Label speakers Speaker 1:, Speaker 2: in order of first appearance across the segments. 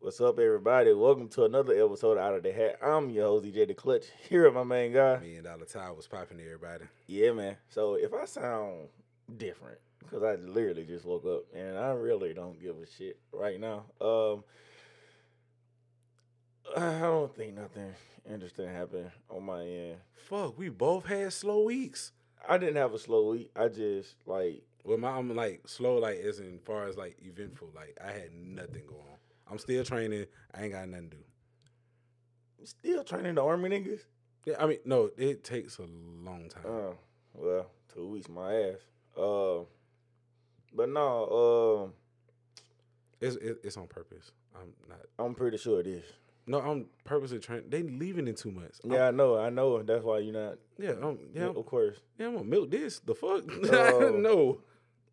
Speaker 1: What's up, everybody? Welcome to another episode of Out of the Hat. I'm your host, DJ The Clutch. Here, my main guy.
Speaker 2: Million dollar tie was popping to everybody.
Speaker 1: Yeah, man. So if I sound different, because I literally just woke up and I really don't give a shit right now. Um, I don't think nothing interesting happened on my end.
Speaker 2: Fuck, we both had slow weeks.
Speaker 1: I didn't have a slow week. I just like
Speaker 2: Well, my I'm like slow, like as in far as like eventful. Like I had nothing going on. I'm still training. I ain't got nothing to do.
Speaker 1: still training the army niggas.
Speaker 2: Yeah, I mean, no, it takes a long time.
Speaker 1: Uh, well, two weeks, my ass. Uh, but no, um,
Speaker 2: it's it, it's on purpose. I'm not.
Speaker 1: um, I'm pretty sure it is.
Speaker 2: No, I'm purposely training. They leaving in two months. I'm-
Speaker 1: Yeah, I know, I know. That's why you're not.
Speaker 2: yeah, I'm, yeah,
Speaker 1: Yeah,
Speaker 2: I'm,
Speaker 1: of course.
Speaker 2: yeah. I'm gonna milk this. The fuck?
Speaker 1: Oh.
Speaker 2: no.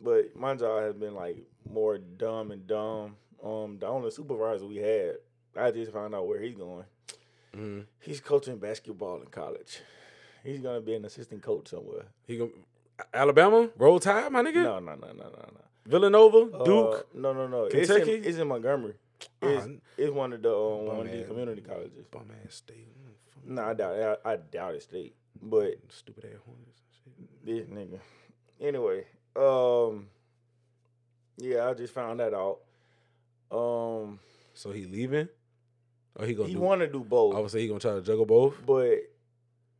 Speaker 1: But my job has been like more dumb and dumb. Um, the only supervisor we had, I just found out where he's going.
Speaker 2: Mhm.
Speaker 1: He's coaching basketball in college. He's gonna be an assistant coach somewhere.
Speaker 2: He going Alabama, roll tide, my nigga.
Speaker 1: No, no, no, no, no, no.
Speaker 2: Villanova,
Speaker 1: Uh,
Speaker 2: Duke.
Speaker 1: no, no, no. It's in,
Speaker 2: Kentucky?
Speaker 1: it's in Montgomery.
Speaker 2: Ah,
Speaker 1: It's, it's one of the um, one of
Speaker 2: Bum
Speaker 1: the
Speaker 2: ass.
Speaker 1: community colleges.
Speaker 2: bum ass state. Mm, fuck.
Speaker 1: No, I doubt it. I, I doubt it's state. But
Speaker 2: Stupid ass hornets. and
Speaker 1: this
Speaker 2: shit.
Speaker 1: nigga. Anyway, um, yeah, I just found that out. Um,
Speaker 2: So he leaving, or he gonna?
Speaker 1: he
Speaker 2: do,
Speaker 1: want to do
Speaker 2: I
Speaker 1: both,
Speaker 2: would say he gonna try to juggle both.
Speaker 1: but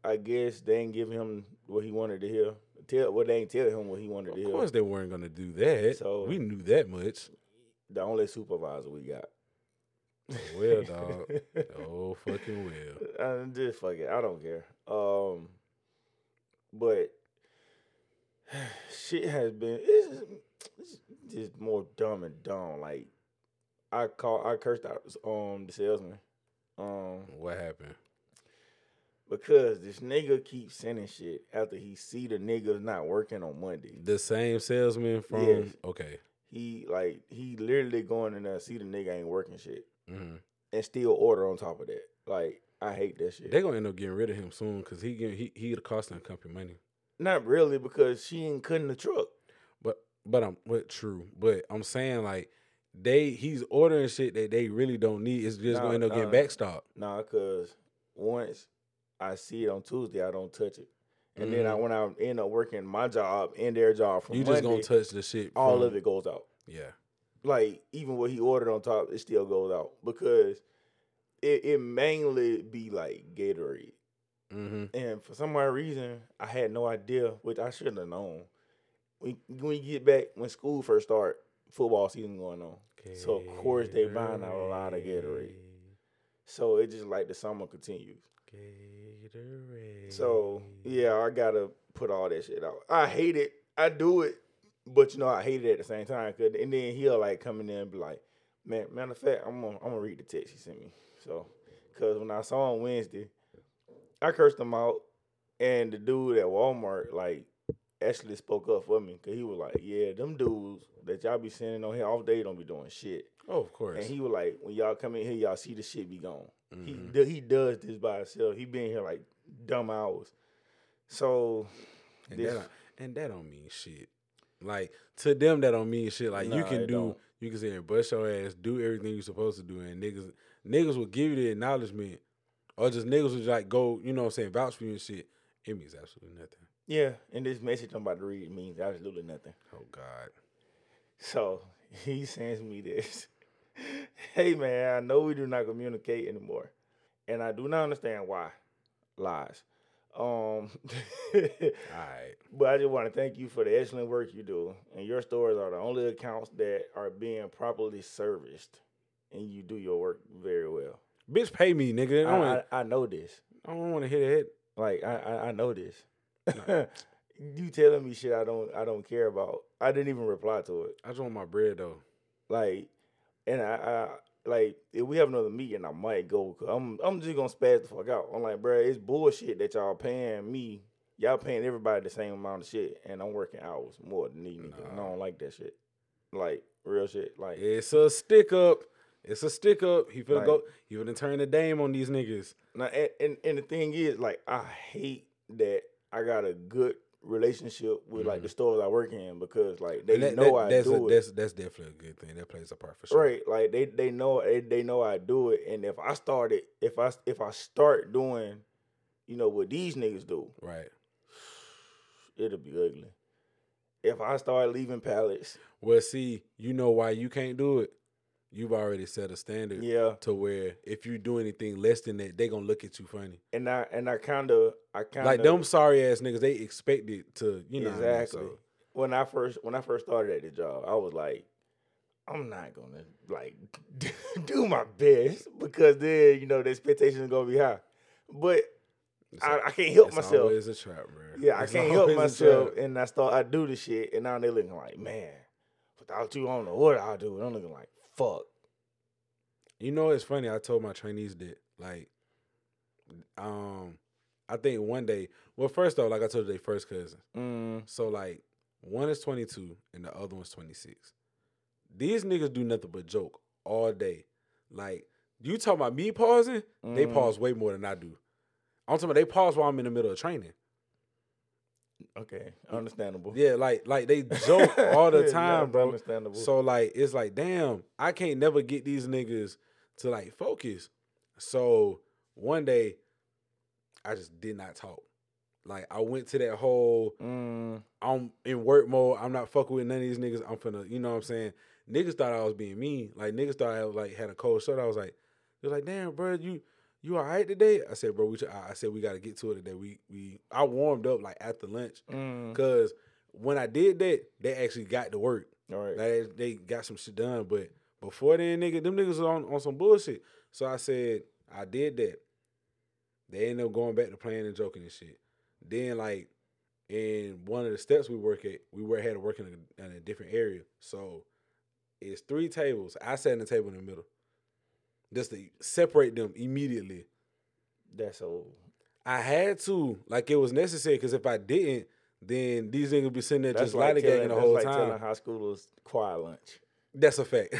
Speaker 1: I guess they ain't give him what he wanted to hear. Tell well, they ain't tell him what he wanted
Speaker 2: Of
Speaker 1: to
Speaker 2: course, they weren't gonna do that.
Speaker 1: So-
Speaker 2: we knew that much.
Speaker 1: hear. The only supervisor we got.
Speaker 2: Oh, well, dog. oh fucking well.
Speaker 1: I'm Uh, just fuck it. I don't care. Um, but shit has been it's, just- it's just more dumb and dumb. Like I call I cursed out um the salesman, um
Speaker 2: What happened?
Speaker 1: because this nigga keeps sending shit after he see the niggas not working on Monday.
Speaker 2: The same salesman from
Speaker 1: Yes.
Speaker 2: okay.
Speaker 1: He like he literally going in there see the nigga ain't working shit
Speaker 2: hmm
Speaker 1: and still order on top of that. Like I hate that shit.
Speaker 2: They gonna end up getting rid of him soon because he get, he he costing the company money.
Speaker 1: not really because she ain't cutting the truck.
Speaker 2: But but I'm but true. But I'm saying like they he's ordering shit that they really don't need. It's just
Speaker 1: Nah,
Speaker 2: gonna end up getting
Speaker 1: nah.
Speaker 2: backstopped.
Speaker 1: Nah, cause once I see it on Tuesday, I don't touch it, and then I
Speaker 2: Mhm.
Speaker 1: when I end up working my job and their job from
Speaker 2: You
Speaker 1: Monday,
Speaker 2: just gonna touch the shit.
Speaker 1: all
Speaker 2: from-
Speaker 1: of it goes out.
Speaker 2: Yeah.
Speaker 1: Like even what he ordered on top, it still goes out because it, it mainly be like Gatorade,
Speaker 2: Mm-hmm.
Speaker 1: and for some odd reason I had no idea, which I should have known. When when you get back when school first start, football season going on, So, of course, they buying a lot of Gatorade. so it just like the summer continues.
Speaker 2: Gatorade.
Speaker 1: So yeah, I gotta put all that shit out. I hate it. I do it, but you know I hate it at the same time. 'cause- and then he'll like come in there and be like, "Man, matter of fact, I'm gonna I'm gonna read the text he sent me." So, cause when I saw him Wednesday, I cursed him out, and the dude at Walmart like actually spoke up for me, cause he was like, "Yeah, them dudes that y'all be sending on here all day don't be doing shit."
Speaker 2: Oh, of course.
Speaker 1: And he was like, "When y'all come in here, y'all see the shit be gone." He
Speaker 2: Mhm.
Speaker 1: do- he does this by himself. He been here like dumb hours. So
Speaker 2: and,
Speaker 1: this-
Speaker 2: that don't, and that don't mean shit. Like to them, that don't mean shit. Like you
Speaker 1: Nah,
Speaker 2: can
Speaker 1: it
Speaker 2: do,
Speaker 1: don't.
Speaker 2: you can say bust your ass, do everything you're supposed to do, and niggas, niggas will give you the acknowledgement, or just niggas would like go, you know, what I'm saying vouch for you and shit. It means absolutely nothing.
Speaker 1: yeah, and this message I'm about to read means absolutely nothing.
Speaker 2: Oh God.
Speaker 1: So he sends me this. hey man, I know we do not communicate anymore. And I do not understand why. Lies. Um
Speaker 2: All right.
Speaker 1: But I just want to thank you for the excellent work you do. And your stores are the only accounts that are being properly serviced. And you do your work very well.
Speaker 2: Bitch, pay me, nigga. I
Speaker 1: I,
Speaker 2: don't, wanna-
Speaker 1: I, I know this.
Speaker 2: I don't want to hit it.
Speaker 1: Like I I, I know this. you telling me shit I don't I don't care about. I didn't even reply to it.
Speaker 2: I just want my bread though.
Speaker 1: Like, and I, I like if we have another meeting, I might go. i I'm I'm just gonna spaz the fuck out. I'm like, bruh, it's bullshit that y'all paying me. Y'all paying everybody the same amount of shit, and I'm working hours more than these niggas. And I
Speaker 2: Nah.
Speaker 1: don't like that shit. Like real shit. Like
Speaker 2: It's a stick up. It's a stick up. He finna
Speaker 1: Right.
Speaker 2: go. He finna turn the dame on these niggas.
Speaker 1: Now, and, and and the thing is, like, I hate that I got a good relationship with like the stores I work in because like they
Speaker 2: Mm-hmm. And that-
Speaker 1: know
Speaker 2: that-
Speaker 1: I
Speaker 2: that's
Speaker 1: do
Speaker 2: a,
Speaker 1: it.
Speaker 2: That's that's definitely a good thing. That plays a part for sure.
Speaker 1: Right, like they they know they, they know I do it, and if I started, if I if I start doing, you know what these niggas do,
Speaker 2: Right.
Speaker 1: it'll be ugly. If I start leaving pallets,
Speaker 2: Well, see, you know why you can't do it. You've already set a standard
Speaker 1: yeah,
Speaker 2: to where if you do anything less than that, they gonna look at you funny.
Speaker 1: and I and I kind of I kind of
Speaker 2: Like them sorry ass niggas, they expected to, you know. what I mean?
Speaker 1: exactly.
Speaker 2: So,
Speaker 1: When I first when I first started at the job, I was like, I'm not gonna like do my best because then you know the expectations gonna be high, but
Speaker 2: it's
Speaker 1: I,
Speaker 2: al-
Speaker 1: I can't help
Speaker 2: it's
Speaker 1: myself.
Speaker 2: Always a trap, bro.
Speaker 1: Yeah, I
Speaker 2: It's
Speaker 1: can't help
Speaker 2: always a
Speaker 1: myself,
Speaker 2: trap.
Speaker 1: and I start I do the shit, and now they looking like, man, without you, I don't know what I'll do. And I'm looking like, fuck.
Speaker 2: You know, it's funny. I told my trainees that, like, um, I think one day. Well, first off, like I told you, they first cousins.
Speaker 1: Mm,
Speaker 2: So like one is 22 and the other one's 26. These niggas do nothing but joke all day. Like you talking about me pausing? They
Speaker 1: mm.
Speaker 2: pause way more than I do. I'm talking about they pause while I'm in the middle of training.
Speaker 1: Okay, understandable.
Speaker 2: Yeah, like like they joke all
Speaker 1: Yeah,
Speaker 2: the
Speaker 1: yeah,
Speaker 2: time, bro.
Speaker 1: Understandable.
Speaker 2: So like it's like damn, I can't never get these niggas to like focus. So one day I just did not talk. Like I went to that whole
Speaker 1: Mm,
Speaker 2: I'm in work mode. I'm not fucking with none of these niggas. I'm finna, you know what I'm saying? Niggas thought I was being mean. Like niggas thought I like had a cold shoulder. I was like, they're like, damn, bro, you you all right today? I said, bro, we should- I I said we gotta get to it today. We we I warmed up like after lunch
Speaker 1: mm.
Speaker 2: because when I did that, they actually got to work.
Speaker 1: All right.
Speaker 2: Like they, they got some shit done. But before then, nigga, them niggas was on, on some bullshit. So I said, I did that. They ended up going back to playing and joking and shit. Then like in one of the steps we work at, we were had to work in a, in a different area. So it's three tables. I sat in the table in the middle. Just to separate them immediately.
Speaker 1: That's old.
Speaker 2: I had to, like it was necessary, because if I didn't, then these niggas be sitting there
Speaker 1: That's
Speaker 2: just
Speaker 1: like
Speaker 2: lighter
Speaker 1: telling,
Speaker 2: gagging the
Speaker 1: that's
Speaker 2: whole
Speaker 1: like
Speaker 2: time.
Speaker 1: telling high schoolers choir lunch.
Speaker 2: That's a fact.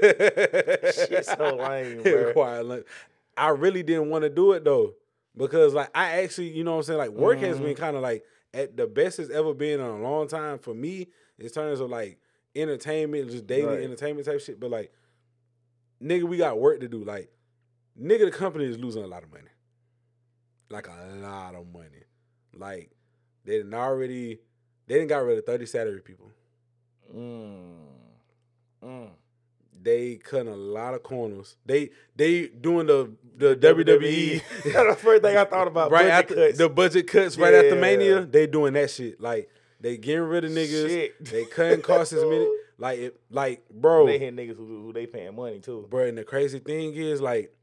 Speaker 1: Shit's so lame, bro.
Speaker 2: Quiet lunch. I really didn't want to do it though. Because like I actually, you know what I'm saying? Like work has
Speaker 1: Mhm.
Speaker 2: been kind of like at the best it's ever been in a long time for me in terms of like entertainment, just daily
Speaker 1: Right.
Speaker 2: entertainment type shit. But like, nigga, we got work to do. Like, nigga, the company is losing a lot of money. Like a lot of money. Like, they didn't already they didn't got rid of 30 salary people.
Speaker 1: Mm. Mm.
Speaker 2: they cutting a lot of corners. They they doing the the WWE,
Speaker 1: E. That's the first thing E. I thought about.
Speaker 2: E. right
Speaker 1: budget
Speaker 2: after
Speaker 1: cuts.
Speaker 2: the budget cuts right after
Speaker 1: Yeah.
Speaker 2: Mania. They doing that shit like they getting rid of niggas.
Speaker 1: Shit.
Speaker 2: They cutting costs as many like it like bro
Speaker 1: They hit niggas who, who they paying money too.
Speaker 2: bro. And the crazy thing is like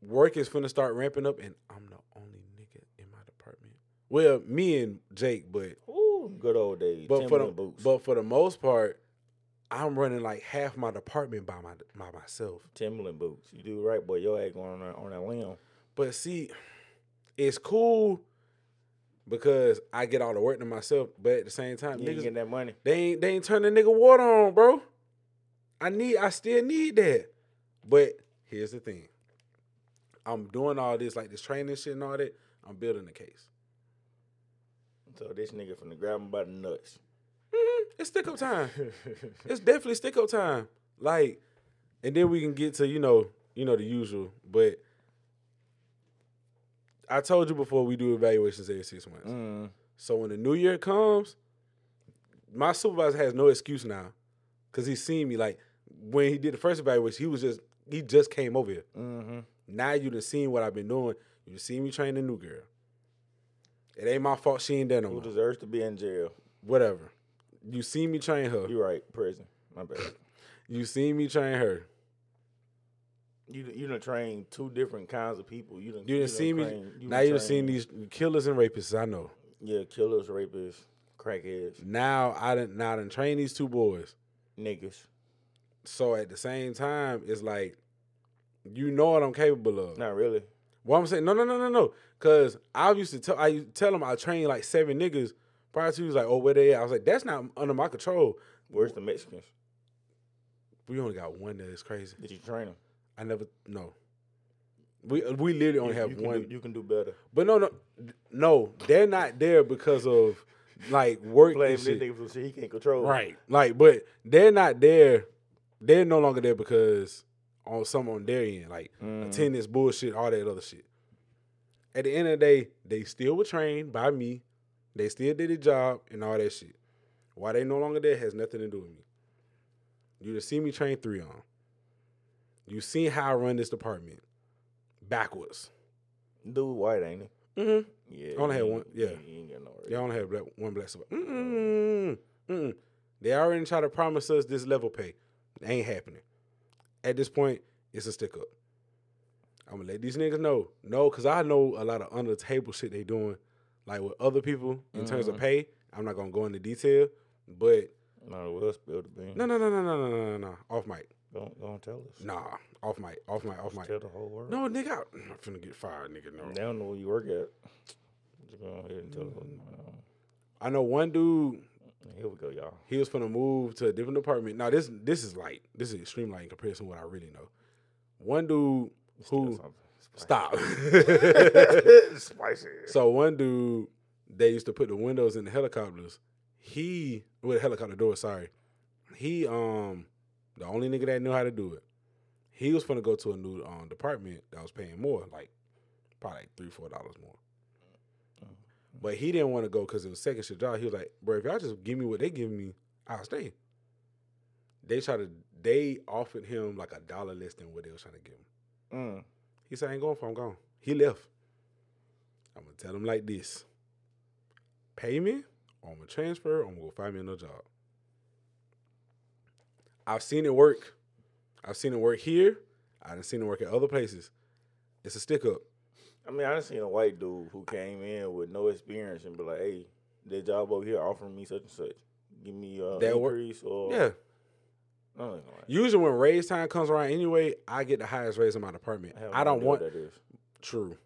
Speaker 2: work is finna start ramping up, and I'm the only nigga in my department. Well, me and Jake, but
Speaker 1: Ooh, good old days.
Speaker 2: but for the
Speaker 1: Timberland boots.
Speaker 2: but for the most part, I'm running like half my department by my by myself.
Speaker 1: Timberland boots. You do right, boy. Your ass going on that, on that limb.
Speaker 2: But see, it's cool because I get all the work to myself, but at the same time,
Speaker 1: You ain't
Speaker 2: niggas,
Speaker 1: getting that money.
Speaker 2: they ain't they ain't turning nigga water on, bro. I need I still need that. But here's the thing. I'm doing all this, like this training shit and all that. I'm building the case.
Speaker 1: So this nigga from the grab him by the nuts.
Speaker 2: Mhm, It's stick up time. it's definitely stick up time. Like, and then we can get to you know, you know the usual. But I told you before we do evaluations every six months.
Speaker 1: Mm.
Speaker 2: So when the new year comes, my supervisor has no excuse now, cause he's seen me. Like when he did the first evaluation, he was just he just came over here.
Speaker 1: Mm-hmm.
Speaker 2: Now you done seen what I've been doing. You done seen me train the new girl. It ain't my fault she ain't done no
Speaker 1: Who
Speaker 2: more.
Speaker 1: deserves to be in jail?
Speaker 2: Whatever. You seen me train her.
Speaker 1: You right, prison. My bad.
Speaker 2: You seen me train her.
Speaker 1: You done- you done trained two different kinds of people. You done
Speaker 2: You done seen me.
Speaker 1: trained-
Speaker 2: now you done seen
Speaker 1: trained-
Speaker 2: these killers and rapists. I know.
Speaker 1: yeah killers, rapists, crackheads,
Speaker 2: Now I done now I done train these two boys.
Speaker 1: niggas.
Speaker 2: So at the same time, it's like, you know what I'm capable of.
Speaker 1: Not really.
Speaker 2: Well, I'm saying no, no, no, no, no. Cause I used to tell I used to tell him I trained like seven niggas prior to. He was like, oh, where they at? I was like, that's not under my control.
Speaker 1: Where's the Mexicans?
Speaker 2: We only got one that is crazy.
Speaker 1: Did you train them?
Speaker 2: I never no. We we literally only have
Speaker 1: you can
Speaker 2: one.
Speaker 1: Do, you can do better.
Speaker 2: But no, no, no, they're not there because of like work
Speaker 1: Blame
Speaker 2: and
Speaker 1: this
Speaker 2: shit.
Speaker 1: nigga for shit he can't control.
Speaker 2: Right. Like, but they're not there. They're no longer there because on some on their end, like
Speaker 1: Mm-hmm. Mm.
Speaker 2: attendance bullshit, all that other shit. At the end of the day, they still were trained by me. They still did the job and all that shit. Why they no longer there has nothing to do with me. You just see me train three on. You seen how I run this department backwards.
Speaker 1: Dude, white ain't he?
Speaker 2: Mm-hmm.
Speaker 1: Yeah.
Speaker 2: I only had
Speaker 1: he-
Speaker 2: one- yeah.
Speaker 1: He ain't got no
Speaker 2: They
Speaker 1: race.
Speaker 2: only have black, one black support. Mm-mm, mm-mm. They already try to promise us this level pay. It ain't happening. At this point, it's a stick up. I'm gonna let these niggas know. No, cause I know a lot of under the table shit they doing, like with other people in terms of pay. I'm not gonna go into detail, but
Speaker 1: No, we'll spill the beans.
Speaker 2: no, no, no, no, no, no, no, no, no. Off mic.
Speaker 1: Don't don't tell us.
Speaker 2: Nah, off mic, off mic, off mic.
Speaker 1: Tell the whole world.
Speaker 2: No, nigga, I- I'm finna get fired, nigga. No.
Speaker 1: They don't know where you work at. Just go ahead and tell them.
Speaker 2: I know one dude
Speaker 1: Here we go, y'all.
Speaker 2: he was gonna move to a different department. Now this this is light. This is extreme light in comparison to what I really know. One dude who stop.
Speaker 1: Spicy.
Speaker 2: so one dude they used to put the windows in the helicopters. He with the helicopter door, sorry. He um the only nigga that knew how to do it. He was gonna go to a new um department that was paying more, like probably like three, four dollars more. But he didn't want to go because it was second shift job. He was like, bro, if y'all just give me what they give me, I'll stay. They tried to they offered him like a dollar less than what they was trying to give him.
Speaker 1: Mm.
Speaker 2: He said, I ain't going for it, I'm gone. He left. I'm gonna tell him like this. Pay me, or I'm gonna transfer, or I'm gonna go find me another job. I've seen it work. I've seen it work here. I've seen it work at other places. It's a stick up.
Speaker 1: I mean, I done seen a white dude who came in with no experience and be like, "Hey, that job over here offering me such and such. Give me uh,
Speaker 2: That work-
Speaker 1: increase or
Speaker 2: Yeah.
Speaker 1: I don't know.
Speaker 2: Usually when raise time comes around anyway, I get the highest raise in my department.
Speaker 1: have
Speaker 2: I
Speaker 1: no
Speaker 2: don't
Speaker 1: idea
Speaker 2: want
Speaker 1: what that is.
Speaker 2: True.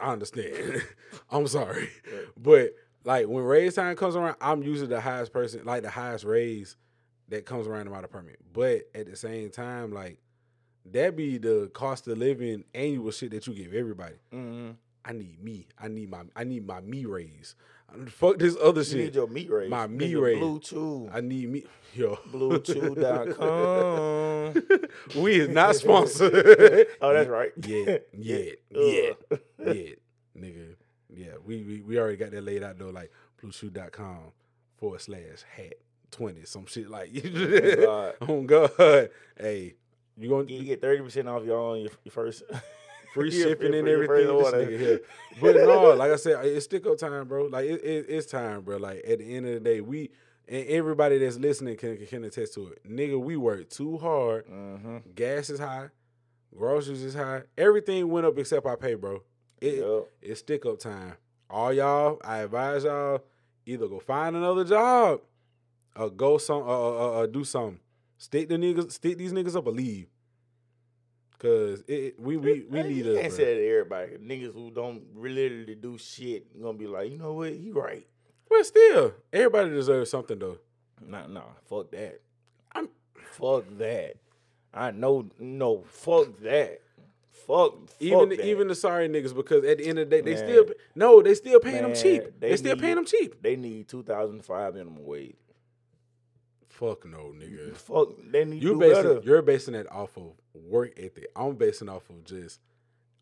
Speaker 2: I understand. I'm sorry.
Speaker 1: Yeah.
Speaker 2: But like when raise time comes around, I'm usually the highest person, like the highest raise that comes around in my department. But at the same time, like that be the cost of living annual shit that you give everybody.
Speaker 1: Mm-hmm.
Speaker 2: I need me. I need my I need my me raise. Fuck this other
Speaker 1: You need
Speaker 2: shit.
Speaker 1: your meat raise.
Speaker 2: My
Speaker 1: You
Speaker 2: meat
Speaker 1: need your
Speaker 2: raise.
Speaker 1: Blue Chew.
Speaker 2: I need me yo.
Speaker 1: BlueChew.com.
Speaker 2: we is not sponsored.
Speaker 1: oh, that's right.
Speaker 2: Yeah, Uh. yeah, yeah,
Speaker 1: Ugh.
Speaker 2: yeah, nigga. Yeah, we, we we already got that laid out though, like blueshoe.com forward slash hat twenty, some shit like
Speaker 1: God.
Speaker 2: Oh God. Hey, you gonna
Speaker 1: You get thirty percent off y'all on your, your first
Speaker 2: free
Speaker 1: your-
Speaker 2: shipping
Speaker 1: your-
Speaker 2: and
Speaker 1: your
Speaker 2: everything.
Speaker 1: first
Speaker 2: This
Speaker 1: order.
Speaker 2: nigga here. But no, like I said, it's stick up time, bro. Like it, it, it's time, bro. Like at the end of the day, we and everybody that's listening can can attest to it. Nigga, we work too hard.
Speaker 1: Mm-hmm.
Speaker 2: Gas is high, groceries is high. Everything went up except our pay, bro. It,
Speaker 1: Yup.
Speaker 2: It's stick up time. All y'all, I advise y'all either go find another job or go some or, or, or- or do something. Stick the niggas, stick these niggas up or leave. Cause it, it- we we we need
Speaker 1: you can't
Speaker 2: us.
Speaker 1: say
Speaker 2: bro.
Speaker 1: that to everybody. Niggas who don't really literally do shit gonna be like, you know what? He right.
Speaker 2: But still, everybody deserves something though.
Speaker 1: Nah, nah. Fuck that.
Speaker 2: I'm-
Speaker 1: Fuck that. I know. No. Fuck that. Fuck. fuck
Speaker 2: Even
Speaker 1: that.
Speaker 2: the, even the sorry niggas because at the end of the day they
Speaker 1: Man.
Speaker 2: still no they still paying them
Speaker 1: Man,
Speaker 2: cheap. They,
Speaker 1: they
Speaker 2: still
Speaker 1: need-
Speaker 2: paying them cheap.
Speaker 1: they need two thousand five minimum wage.
Speaker 2: Fuck no, nigga.
Speaker 1: Fuck. They need to
Speaker 2: You
Speaker 1: do
Speaker 2: basing
Speaker 1: better.
Speaker 2: you're basing that off of work ethic. I'm basing off of just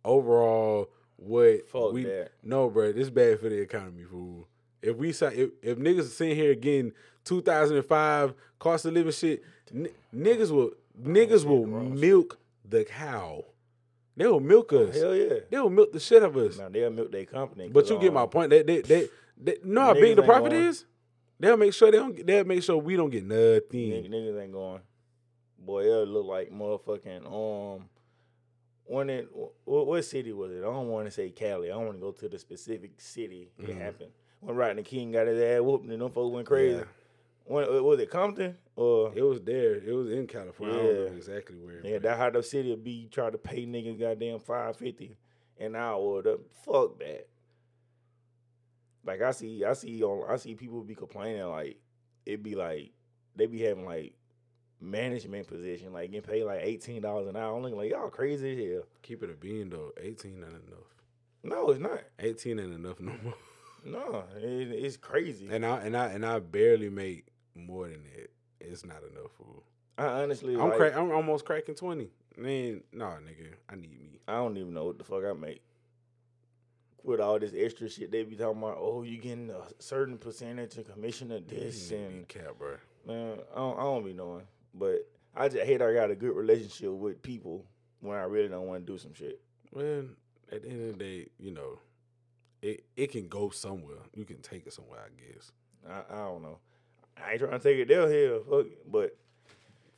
Speaker 2: overall what
Speaker 1: Fuck
Speaker 2: we
Speaker 1: that.
Speaker 2: no, bro. This bad for the economy, fool. If we si- if, if niggas are sitting here getting 2005 cost of living shit, n- niggas will niggas will milk the cow. They will milk us.
Speaker 1: Oh, Hell yeah.
Speaker 2: They will milk the shit out of us.
Speaker 1: Now they'll milk their company.
Speaker 2: But
Speaker 1: 'cause,
Speaker 2: you get my
Speaker 1: um,
Speaker 2: point. They they they, they know how
Speaker 1: Niggas
Speaker 2: big the
Speaker 1: ain't
Speaker 2: profit
Speaker 1: going.
Speaker 2: is. They'll make sure they don't. They'll make sure we don't get nothing.
Speaker 1: Niggas, niggas ain't going. Boy, it look like motherfucking um. When it what, what city was it? I don't want to say Cali. I don't want to go to the specific city it happened. When Rodney King got his ass whooped and them folks went crazy.
Speaker 2: Mm-hmm. Yeah.
Speaker 1: When uh, was it Compton or
Speaker 2: It was there. It was in California. I don't
Speaker 1: Yeah.
Speaker 2: know exactly where.
Speaker 1: yeah? That how the city would be trying to pay niggas goddamn five fifty an hour. Or the, fuck that. Like I see, I see on I see people be complaining like it be like they be having like management position, like getting paid like eighteen dollars an hour. I'm looking like y'all crazy as hell.
Speaker 2: Keep it a bean though. Eighteen ain't enough.
Speaker 1: No, it's not.
Speaker 2: Eighteen ain't enough no more.
Speaker 1: No, it, it's crazy.
Speaker 2: And I and I and I barely make more than that. It's not enough fool.
Speaker 1: I honestly,
Speaker 2: I'm
Speaker 1: like,
Speaker 2: crack. I'm almost cracking twenty. Man, nah, nigga, I need me.
Speaker 1: I don't even know what the fuck I make. With all this extra shit they be talking about, oh, you getting a certain percentage of commission of this
Speaker 2: You need me,
Speaker 1: and
Speaker 2: cap, bro.
Speaker 1: man, I don't, I don't be knowing. But I just hate I got a good relationship with people when I really don't want to do some shit.
Speaker 2: Well, at the end of the day, you know, it it can go somewhere. You can take it somewhere, I guess.
Speaker 1: I, I don't know. I ain't trying to take it down here, fuck it. But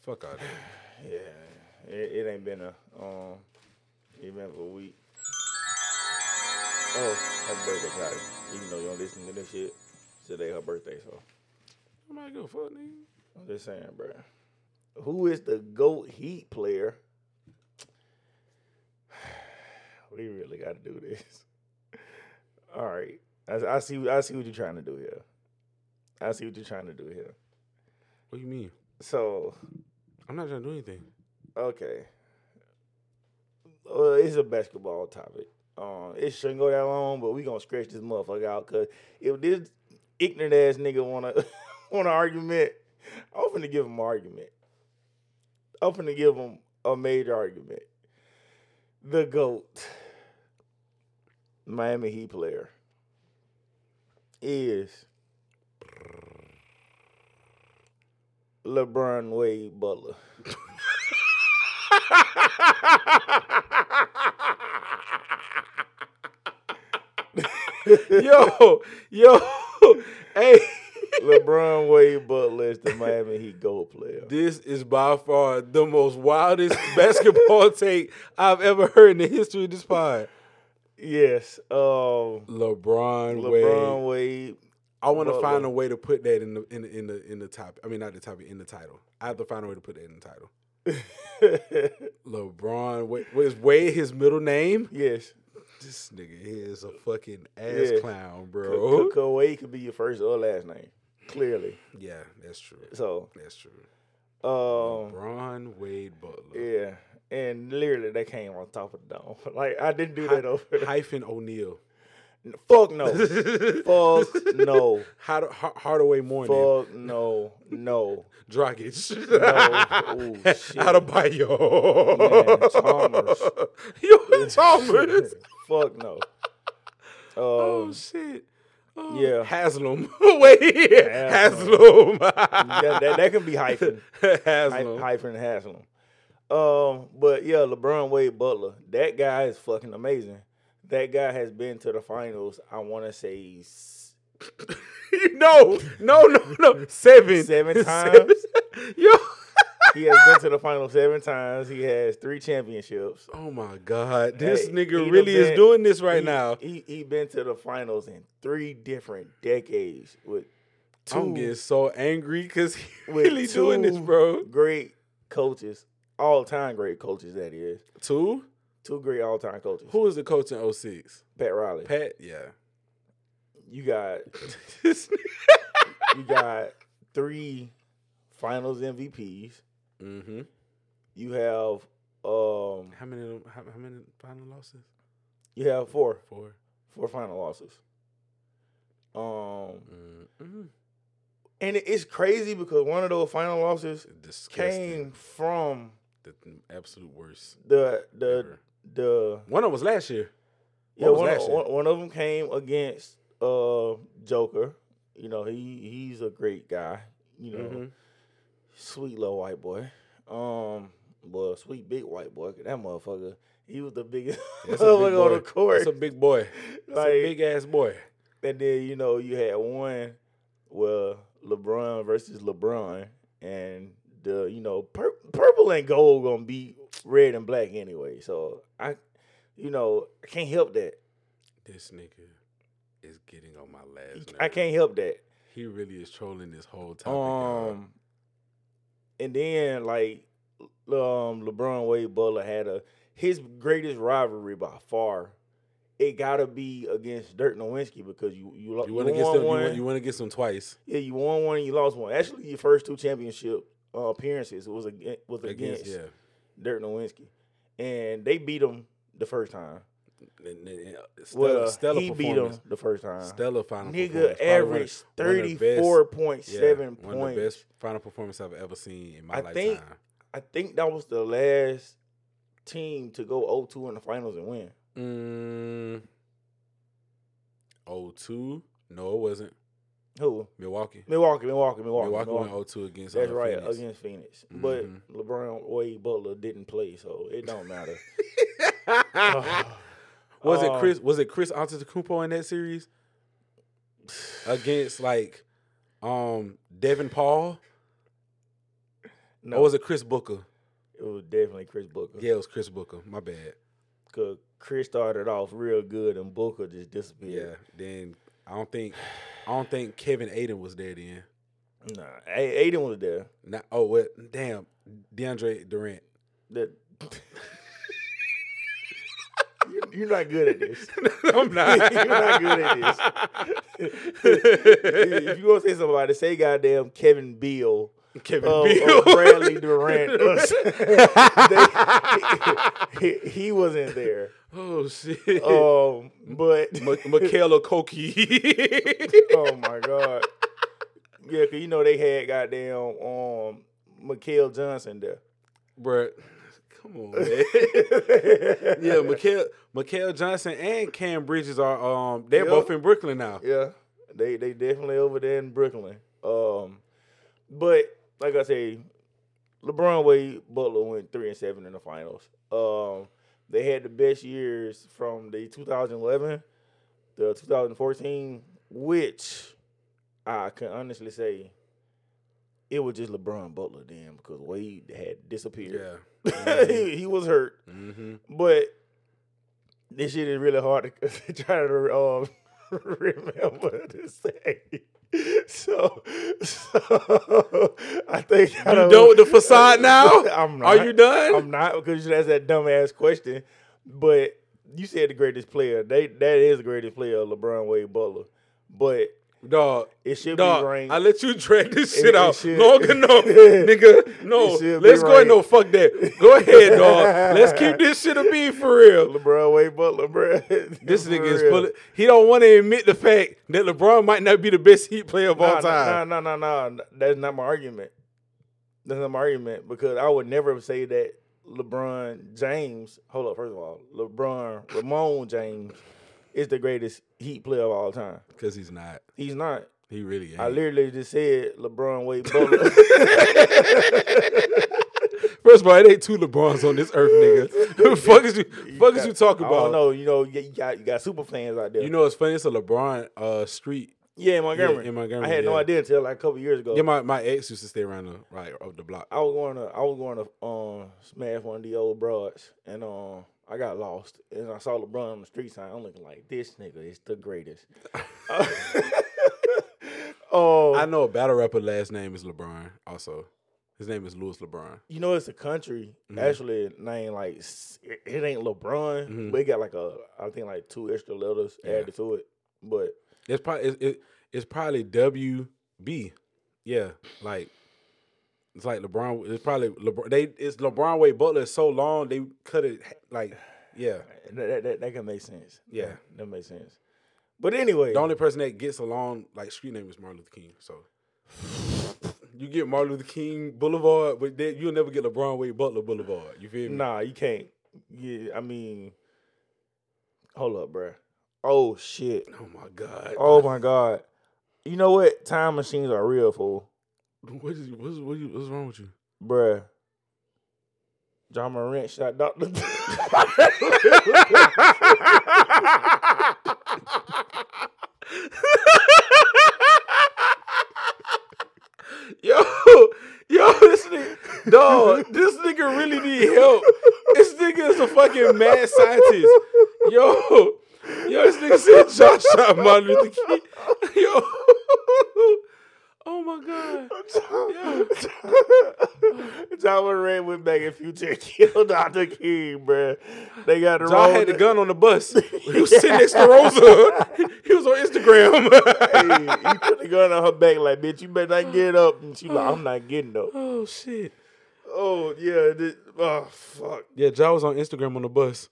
Speaker 2: Fuck all that.
Speaker 1: yeah, it, it ain't been a um eventful week. Oh, happy birthday, Kylie. Even though you don't listen to this shit, it's today her birthday, so.
Speaker 2: I'm not gonna fuck nigga.
Speaker 1: I'm just saying, bro. Who is the GOAT Heat player? We really got to do this. All right, I, I see. I see what you're trying to do here. I see what you're trying to do here.
Speaker 2: What you mean?
Speaker 1: So,
Speaker 2: I'm not trying to do anything.
Speaker 1: okay, well, it's a basketball topic. Um, it shouldn't go that long, but we gonna scratch this motherfucker out. Cause if this ignorant ass nigga wanna want an argument, I'm finna give him an argument. I'm finna give him a major argument. The GOAT, Miami Heat player, is LeBron Wade Butler.
Speaker 2: yo, yo, hey.
Speaker 1: LeBron Wade Butler is the Miami Heat GOAT player.
Speaker 2: This is by far the most wildest basketball take I've ever heard in the history of this pod.
Speaker 1: Yes. Um,
Speaker 2: LeBron, Wade.
Speaker 1: LeBron Wade.
Speaker 2: I want to
Speaker 1: Butler.
Speaker 2: find a way to put that in the in the, in the in the top. I mean, not the topic in the title. I have to find a way to put that in the title. LeBron Wade was Wade his middle name?
Speaker 1: yes.
Speaker 2: This nigga is a fucking ass
Speaker 1: Yeah.
Speaker 2: clown,
Speaker 1: K-
Speaker 2: bro.
Speaker 1: K- Wade could be your first or last name. Clearly.
Speaker 2: Yeah, that's true.
Speaker 1: So,
Speaker 2: That's true.
Speaker 1: um,
Speaker 2: LeBron Wade Butler
Speaker 1: yeah. And literally, that came on top of the dome. Like, I didn't do that over.
Speaker 2: hyphen O'Neal.
Speaker 1: Fuck no. Fuck no.
Speaker 2: Hard- Har- Hardaway Morning.
Speaker 1: Fuck no. No.
Speaker 2: Dragic.
Speaker 1: No. Oh, shit.
Speaker 2: Out of bio.
Speaker 1: Man, Chalmers.
Speaker 2: Yo, Chalmers.
Speaker 1: Um, Fuck no.
Speaker 2: oh
Speaker 1: Um,
Speaker 2: shit. Oh,
Speaker 1: yeah.
Speaker 2: Haslam. Wait. Haslam.
Speaker 1: that, that, that can be hyphen. Hy-
Speaker 2: Haslam.
Speaker 1: hyphen Haslam. Um, but yeah, LeBron Wade Butler, that guy is fucking amazing. That guy has been to the finals. I want to say s-
Speaker 2: no, no, no, no. Seven.
Speaker 1: Seven times?
Speaker 2: Yo.
Speaker 1: he has been to the finals seven times. He has three championships.
Speaker 2: Oh my God. This
Speaker 1: Hey, he
Speaker 2: nigga
Speaker 1: done
Speaker 2: really is
Speaker 1: been-
Speaker 2: doing this right
Speaker 1: he,
Speaker 2: now.
Speaker 1: he he been to the finals in three different decades with
Speaker 2: I'm
Speaker 1: two
Speaker 2: getting so angry because he
Speaker 1: with
Speaker 2: really doing this,
Speaker 1: two
Speaker 2: bro.
Speaker 1: great coaches, all time great coaches. That is
Speaker 2: Two?
Speaker 1: two great all time coaches.
Speaker 2: Who is the coach in 06?
Speaker 1: Pat Riley.
Speaker 2: Pat? Yeah.
Speaker 1: You got
Speaker 2: This
Speaker 1: you got three finals MVPs.
Speaker 2: mm-hmm.
Speaker 1: You have um
Speaker 2: How many? of them- How, how many final losses?
Speaker 1: you have four
Speaker 2: Four.
Speaker 1: four final losses. Um
Speaker 2: Mm-hmm.
Speaker 1: and it- it's crazy because one of those final losses
Speaker 2: Disgusting.
Speaker 1: came from
Speaker 2: The absolute worst.
Speaker 1: the the
Speaker 2: ever.
Speaker 1: the
Speaker 2: One of them was last year.
Speaker 1: yeah,
Speaker 2: What was
Speaker 1: one,
Speaker 2: last
Speaker 1: of,
Speaker 2: year?
Speaker 1: one, one of them came against uh Joker. You know, he he's a great guy. You know,
Speaker 2: Mhm.
Speaker 1: sweet little white boy. Um well, sweet big white boy. 'cause That motherfucker, he was the biggest
Speaker 2: That's a big
Speaker 1: motherfucker on the
Speaker 2: boy.
Speaker 1: court.
Speaker 2: That's a big boy. That's
Speaker 1: Like-
Speaker 2: a big ass boy.
Speaker 1: And then you know you had one where LeBron versus LeBron, and the you know pur- purple and gold gonna be red and black anyway. So I, you know, I can't help that.
Speaker 2: This nigga is getting on my last nerve.
Speaker 1: I can't help that.
Speaker 2: He really is trolling this whole topic. y'all.
Speaker 1: Um, and then like um LeBron Wade Butler had a his greatest rivalry by far. It gotta be against Dirk Nowitzki because you you lo-
Speaker 2: you want to get
Speaker 1: won
Speaker 2: some. You
Speaker 1: one.
Speaker 2: want, you want to get some twice.
Speaker 1: Yeah, you won one and you lost one. Actually, your first two championships uh, appearances was against, was against,
Speaker 2: Against, yeah.
Speaker 1: Dirk Nowinski, and they beat him the first time.
Speaker 2: And- and- and Stellar,
Speaker 1: Well,
Speaker 2: stellar
Speaker 1: uh, he beat him
Speaker 2: performance.
Speaker 1: the first time.
Speaker 2: Stellar final performance.
Speaker 1: Nigga
Speaker 2: Probably one of-
Speaker 1: averaged
Speaker 2: one of the
Speaker 1: thirty
Speaker 2: best-
Speaker 1: four point
Speaker 2: yeah,
Speaker 1: seven
Speaker 2: One of the
Speaker 1: points.
Speaker 2: best final performance I've ever seen in my
Speaker 1: I
Speaker 2: lifetime.
Speaker 1: think- I think that was the last team to go 0-2 in the finals and win.
Speaker 2: Mm, 02? No, it wasn't.
Speaker 1: Who?
Speaker 2: Milwaukee.
Speaker 1: Milwaukee, Milwaukee, Milwaukee.
Speaker 2: Milwaukee,
Speaker 1: Milwaukee.
Speaker 2: went 02 against
Speaker 1: That's
Speaker 2: uh,
Speaker 1: right,
Speaker 2: Phoenix.
Speaker 1: against Phoenix.
Speaker 2: Mhm.
Speaker 1: But LeBron Wade Butler didn't play, so it don't matter. Oh.
Speaker 2: was
Speaker 1: Oh.
Speaker 2: it Chris? Was it Chris Antetokounmpo in that series against like um Devin Paul?
Speaker 1: No,
Speaker 2: Or was it Chris Booker?
Speaker 1: it was definitely Chris Booker.
Speaker 2: Yeah, it was Chris Booker. My bad.
Speaker 1: Cause Chris started off real good and Booker just
Speaker 2: Yeah.
Speaker 1: disappeared.
Speaker 2: Then I don't think I don't think Kevin Aiden was there then.
Speaker 1: Nah, A- Aiden was there.
Speaker 2: Not, oh well, damn. DeAndre Durant.
Speaker 1: That You- you're not good at this.
Speaker 2: I'm not.
Speaker 1: You're not good at if you want to say somebody, say goddamn Kevin Beal.
Speaker 2: Kevin
Speaker 1: Oh,
Speaker 2: Beal.
Speaker 1: oh, Bradley Durant. They- he, he wasn't there.
Speaker 2: oh shit.
Speaker 1: Um, but
Speaker 2: M- Michaela Koki.
Speaker 1: oh my god, yeah, cause you know they had goddamn um Mikael Johnson there.
Speaker 2: Bruh, come on, man. yeah, Mikael, Mikael Johnson and Cam Bridges are um they're
Speaker 1: Yep.
Speaker 2: both in Brooklyn now.
Speaker 1: yeah, they they definitely over there in Brooklyn. Um, but like I say, LeBron Wade Butler went three and seven in the finals. Um, they had the best years from the 2011 to 2014, which I can honestly say it was just LeBron Butler then because Wade had disappeared.
Speaker 2: Yeah.
Speaker 1: he, he was hurt.
Speaker 2: Mm-hmm.
Speaker 1: But this shit is really hard to try to um, remember to say. So, so I think I
Speaker 2: You done with the facade now?
Speaker 1: I'm not.
Speaker 2: Are you done?
Speaker 1: I'm not because you asked that dumbass question. But you said the greatest player. They that is the greatest player, LeBron Wade Butler. But
Speaker 2: Dog.
Speaker 1: it should
Speaker 2: Dog,
Speaker 1: be ranked.
Speaker 2: I let you drag this shit
Speaker 1: It- it
Speaker 2: out
Speaker 1: should-
Speaker 2: long enough, nigga. No,
Speaker 1: It should be
Speaker 2: let's go
Speaker 1: ranked.
Speaker 2: ahead. No, fuck that. Go ahead, dog. Let's keep this shit a beat for real.
Speaker 1: LeBron Wade Butler, bro.
Speaker 2: This nigga is pulling. He don't want to admit the fact that LeBron might not be the best Heat player of all
Speaker 1: nah,
Speaker 2: time.
Speaker 1: Nah, nah, nah, nah. That's not my argument. That's not my argument because I would never say that LeBron James. Hold up, first of all, LeBron Ramon James is the greatest Heat player of all time.
Speaker 2: Cause he's not.
Speaker 1: He's not.
Speaker 2: He really ain't.
Speaker 1: I literally just said LeBron Wade Butler.
Speaker 2: First of all, it ain't two LeBrons on this earth, nigga. Who the fuck is you? Fuck is you talking
Speaker 1: I don't
Speaker 2: about?
Speaker 1: know. You know, you you got you got super fans out there.
Speaker 2: You know, it's funny. It's a LeBron uh, street.
Speaker 1: yeah, in Montgomery.
Speaker 2: in Montgomery,
Speaker 1: I had no
Speaker 2: yeah.
Speaker 1: idea until like a couple years ago.
Speaker 2: Yeah, my, my ex used to stay around the right up the block.
Speaker 1: I was going to I was going to um smash one of the old broads and um I got lost and I saw LeBron on the street sign. I'm looking like this nigga is the greatest. Um, oh,
Speaker 2: I know a battle rapper last name is LeBron. Also, his name is Louis LeBron.
Speaker 1: you know it's a country
Speaker 2: Mm-hmm.
Speaker 1: actually named like s- it it ain't LeBron,
Speaker 2: Mhm.
Speaker 1: but it got like a I think like two extra letters
Speaker 2: Yeah.
Speaker 1: added to it. But
Speaker 2: It's probably it, it, it's probably WB. Yeah, like it's like LeBron. It's probably LeBron. They it's LeBron Wade Butler is so long they cut it like yeah.
Speaker 1: that that, that, that can make sense.
Speaker 2: Yeah.
Speaker 1: that makes sense. But anyway,
Speaker 2: The only person that gets along like street name is Martin Luther King. So you get Martin Luther King Boulevard, but then you'll never get LeBron Wade Butler Boulevard. You feel me?
Speaker 1: Nah, you can't. Yeah, I mean, hold up, bruh. Oh shit.
Speaker 2: Oh my God.
Speaker 1: Oh my god. You know what? Time machines are real, fool,
Speaker 2: What is what's what you, what's wrong with you?
Speaker 1: bruh. John Morant shot Doctor.
Speaker 2: Yo, yo, this nigga, dog, this nigga really need help. This nigga is a fucking mad scientist. Yo, yo, this nigga said Josh shot Martin Luther King. Yo, oh my god.
Speaker 1: John Moran went back and Future killed Dr. King, bruh. They got the
Speaker 2: John
Speaker 1: wrong.
Speaker 2: had the gun on the bus. He was sitting next to Rosa. he was on Instagram.
Speaker 1: Hey, he put the gun on her back like, bitch, you better not get up. And she like, I'm not getting up.
Speaker 2: oh shit.
Speaker 1: Oh yeah, this, oh fuck.
Speaker 2: Yeah, John was on Instagram on the bus.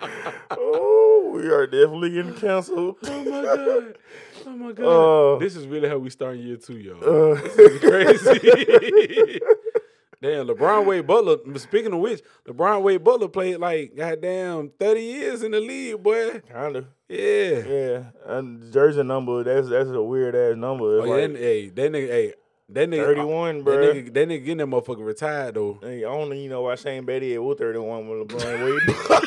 Speaker 1: Oh, we are definitely getting canceled.
Speaker 2: Oh my god. Oh my god.
Speaker 1: Oh.
Speaker 2: this is really how we start year two, y'all.
Speaker 1: Uh,
Speaker 2: crazy. Damn, LeBron Wade Butler. Speaking of which, LeBron Wade Butler played like goddamn thirty years in the league, boy.
Speaker 1: Kinda.
Speaker 2: Yeah.
Speaker 1: Yeah, and jersey number. That's that's a weird ass number.
Speaker 2: Oh,
Speaker 1: It's
Speaker 2: yeah,
Speaker 1: like
Speaker 2: that, hey, that nigga, hey, that nigga, uh,
Speaker 1: 31,
Speaker 2: that
Speaker 1: bruh.
Speaker 2: nigga, that nigga getting that motherfucker retired though.
Speaker 1: Hey, I only you know why Shane Betty at Wood 31 with LeBron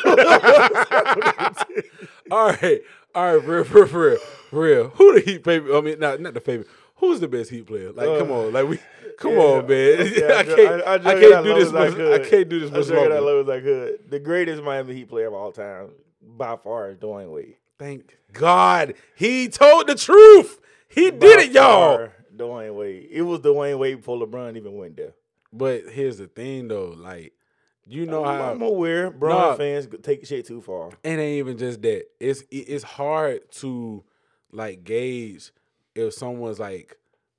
Speaker 1: Wade.
Speaker 2: All right, all right, for real, for real, for real, for real. Who the Heat favorite? I mean, not not the favorite. Who's the best Heat player? Like, come on, like we, come
Speaker 1: yeah,
Speaker 2: on, man.
Speaker 1: okay,
Speaker 2: Uh, I
Speaker 1: dr-
Speaker 2: can't, I,
Speaker 1: drank it
Speaker 2: can't
Speaker 1: as
Speaker 2: do
Speaker 1: low
Speaker 2: this
Speaker 1: as I
Speaker 2: much. I,
Speaker 1: could.
Speaker 2: can't do this much
Speaker 1: drank it as
Speaker 2: longer.
Speaker 1: low as I could. The greatest Miami Heat player of all time, by far, is Dwayne Wade.
Speaker 2: Thank God he told the truth. He did
Speaker 1: By
Speaker 2: it, y'all.
Speaker 1: far, Dwayne Wade. It was Dwayne Wade before LeBron even went there.
Speaker 2: But here's the thing, though. Like, you know
Speaker 1: I'm,
Speaker 2: how
Speaker 1: I'm aware. Bron
Speaker 2: Nah.
Speaker 1: fans go- take shit too far.
Speaker 2: it ain't even just that. It's it- it's hard to like gauge if someone's like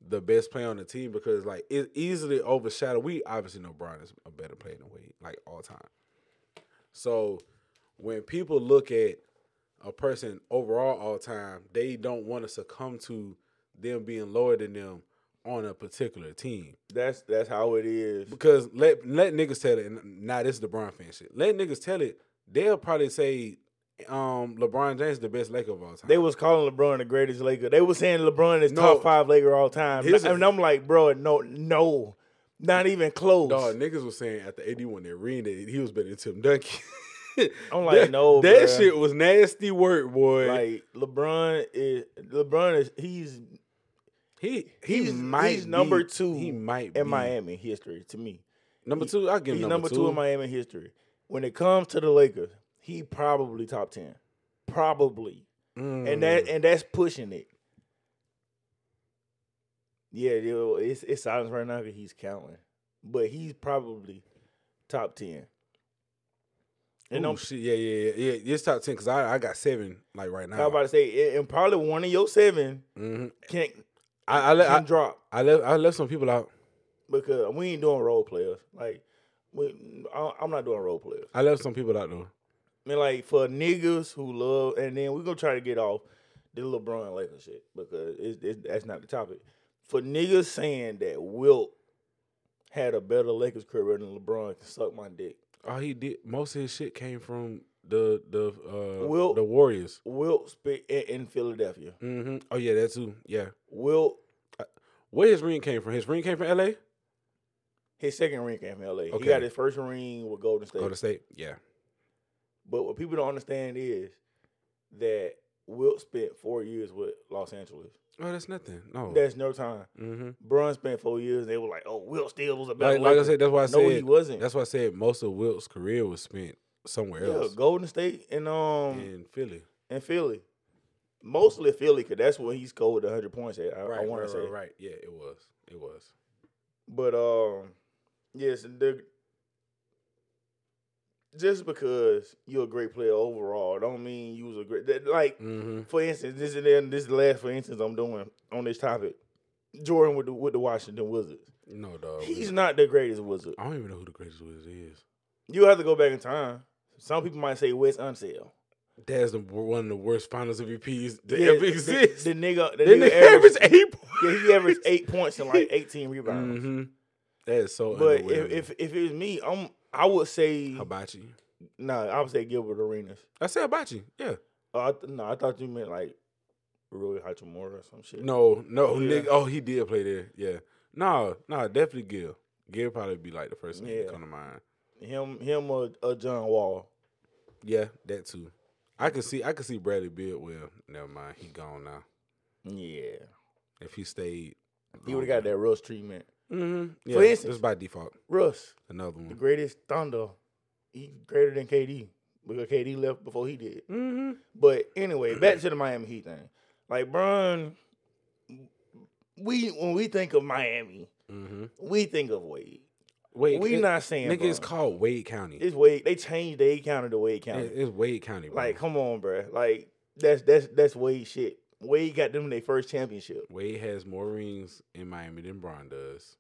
Speaker 2: the best player on the team because like it easily overshadowed. We obviously know Brian is a better player than Wade, like all time. So when people look at a person overall all time, they don't want to succumb to them being lower than them on a particular team.
Speaker 1: That's that's how it is.
Speaker 2: Because let let niggas tell it. And nah, this is LeBron fan shit. Let niggas tell it. They'll probably say um, LeBron James is the best Laker of all time.
Speaker 1: They was calling LeBron the greatest Laker. They was saying LeBron is
Speaker 2: No.
Speaker 1: top five Laker all time.
Speaker 2: Here's the-
Speaker 1: and I'm like, bro, no, no, not even close.
Speaker 2: dog. Niggas was saying after AD won that ring that he was better than Tim Duncan.
Speaker 1: I'm like,
Speaker 2: That-
Speaker 1: no,
Speaker 2: That
Speaker 1: bruh.
Speaker 2: shit was nasty work, boy.
Speaker 1: Like LeBron is LeBron is he's
Speaker 2: he he
Speaker 1: he's,
Speaker 2: might
Speaker 1: he's number
Speaker 2: be-
Speaker 1: two
Speaker 2: He might
Speaker 1: in
Speaker 2: be.
Speaker 1: Miami history to me.
Speaker 2: Number two, I give
Speaker 1: He's
Speaker 2: him
Speaker 1: number, two. in
Speaker 2: my.
Speaker 1: Miami history. When it comes to the Lakers, he probably top ten. Probably.
Speaker 2: Mm.
Speaker 1: And that and that's pushing it. Yeah, yo, it's it's silence right now because he's counting. But he's probably top ten. And
Speaker 2: Ooh,
Speaker 1: I'm
Speaker 2: shit, yeah, yeah, yeah, yeah. It's top ten because I, I got seven like right
Speaker 1: I was
Speaker 2: now.
Speaker 1: about to say, and and probably one of your seven
Speaker 2: Mhm.
Speaker 1: can
Speaker 2: I, I,
Speaker 1: can
Speaker 2: le-
Speaker 1: drop.
Speaker 2: I, I left I left some people out.
Speaker 1: because we ain't doing role players. Like, we, I, I'm not doing role players.
Speaker 2: I left some people out though.
Speaker 1: I mean, like for niggas who love, and then we're gonna try to get off the LeBron Lakers shit because it's, it's, that's not the topic. For niggas saying that Wilt had a better Lakers career than LeBron can suck my dick.
Speaker 2: Oh, he did. Most of his shit came from the the uh
Speaker 1: Wilt.
Speaker 2: the Warriors.
Speaker 1: Wilt spit in, in Philadelphia.
Speaker 2: hmm Oh yeah, that too. Yeah,
Speaker 1: Wilt,
Speaker 2: where his ring came from? His ring came from L.A.
Speaker 1: his second ring came from LA. He
Speaker 2: Okay.
Speaker 1: got his first ring with Golden State.
Speaker 2: Go to state. Yeah,
Speaker 1: But what people don't understand is that Wilt spent four years with Los Angeles.
Speaker 2: oh that's nothing. No.
Speaker 1: That's no time.
Speaker 2: hmm
Speaker 1: Brun spent four years, and they were like, "Oh, Will Steele was a better."
Speaker 2: Like, like I
Speaker 1: Laker."
Speaker 2: said, that's why I
Speaker 1: no, he
Speaker 2: said
Speaker 1: wasn't.
Speaker 2: that's why I said most of Wilt's career was spent somewhere
Speaker 1: yeah,
Speaker 2: else
Speaker 1: Golden State and um
Speaker 2: in Philly.
Speaker 1: and Philly, mostly Philly, because that's where he scored the hundred points at. I, I want to say,
Speaker 2: right, right. Yeah, it was. It was.
Speaker 1: but um, yes, the just because you're a great player overall, don't mean you was a great. That, like
Speaker 2: Mm-hmm.
Speaker 1: for instance, this is the- this is the last for instance I'm doing on this topic. Jordan with the with the Washington Wizards,
Speaker 2: No dog.
Speaker 1: he's not the greatest wizard.
Speaker 2: I don't even know who the greatest Wizards is.
Speaker 1: You have to go back in time. Some people might say Wes Unsell.
Speaker 2: That's the, one of the worst Finals MVPs that
Speaker 1: Yeah,
Speaker 2: ever
Speaker 1: the-
Speaker 2: exists.
Speaker 1: The, nigga, the
Speaker 2: That
Speaker 1: nigga, averaged,
Speaker 2: eight
Speaker 1: yeah, he averaged eight points and like eighteen rebounds.
Speaker 2: Mm-hmm. That is so.
Speaker 1: But
Speaker 2: underwhelming.
Speaker 1: if, if if it was me, I'm I would say no.
Speaker 2: hibachi,
Speaker 1: Nah, I would say Gilbert Arenas.
Speaker 2: I said hibachi. Yeah.
Speaker 1: Oh, I th- no, I thought you meant like Rui Hachimura or some shit.
Speaker 2: No, no,
Speaker 1: Yeah.
Speaker 2: nigga. Oh, he did play there. Yeah. No, no, definitely Gil. Gil probably be like the first thing
Speaker 1: Yeah.
Speaker 2: to come to mind.
Speaker 1: him him or, or John Wall.
Speaker 2: Yeah, that too. I could see, I could see Bradley Beal. Well, never mind. He gone now.
Speaker 1: Yeah,
Speaker 2: If he stayed,
Speaker 1: he
Speaker 2: Oh,
Speaker 1: would have got that Russ treatment.
Speaker 2: Mm-hmm. Yeah,
Speaker 1: For instance-
Speaker 2: just by default.
Speaker 1: Russ,
Speaker 2: Another
Speaker 1: the
Speaker 2: one.
Speaker 1: greatest Thunder, he greater than KD, because KD left before he did.
Speaker 2: Mm-hmm.
Speaker 1: But anyway, back to the Miami Heat thing. Like Bron, we when we think of Miami,
Speaker 2: Mm-hmm.
Speaker 1: we think of Wade.
Speaker 2: Wait,
Speaker 1: we not saying
Speaker 2: nigga. It's
Speaker 1: Bron.
Speaker 2: called Wade County. It-
Speaker 1: It's Wade. They changed the A counter to Wade County.
Speaker 2: It's, Wade County. Bro.
Speaker 1: Like, come on, bruh. Like that's that's that's Wade shit. Wade got them their first championship.
Speaker 2: Wade has more rings in Miami than Bron does.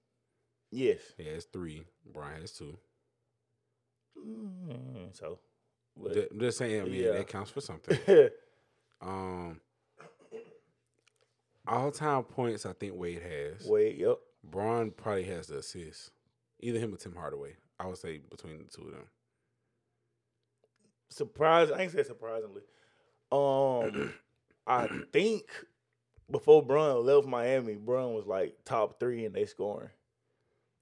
Speaker 1: Yes.
Speaker 2: He has three. Bron has two.
Speaker 1: Mm, so,
Speaker 2: Ju-
Speaker 1: but,
Speaker 2: Just, saying, I mean,
Speaker 1: Yeah.
Speaker 2: that counts for something. Um, all time points, I think Wade has.
Speaker 1: Wade, yep.
Speaker 2: Braun probably has the assist. Either him or Tim Hardaway. I would say between the two of them.
Speaker 1: Surprise. I ain't say surprisingly. Um, I think before Brun left Miami, Brun was like top three in they scoring.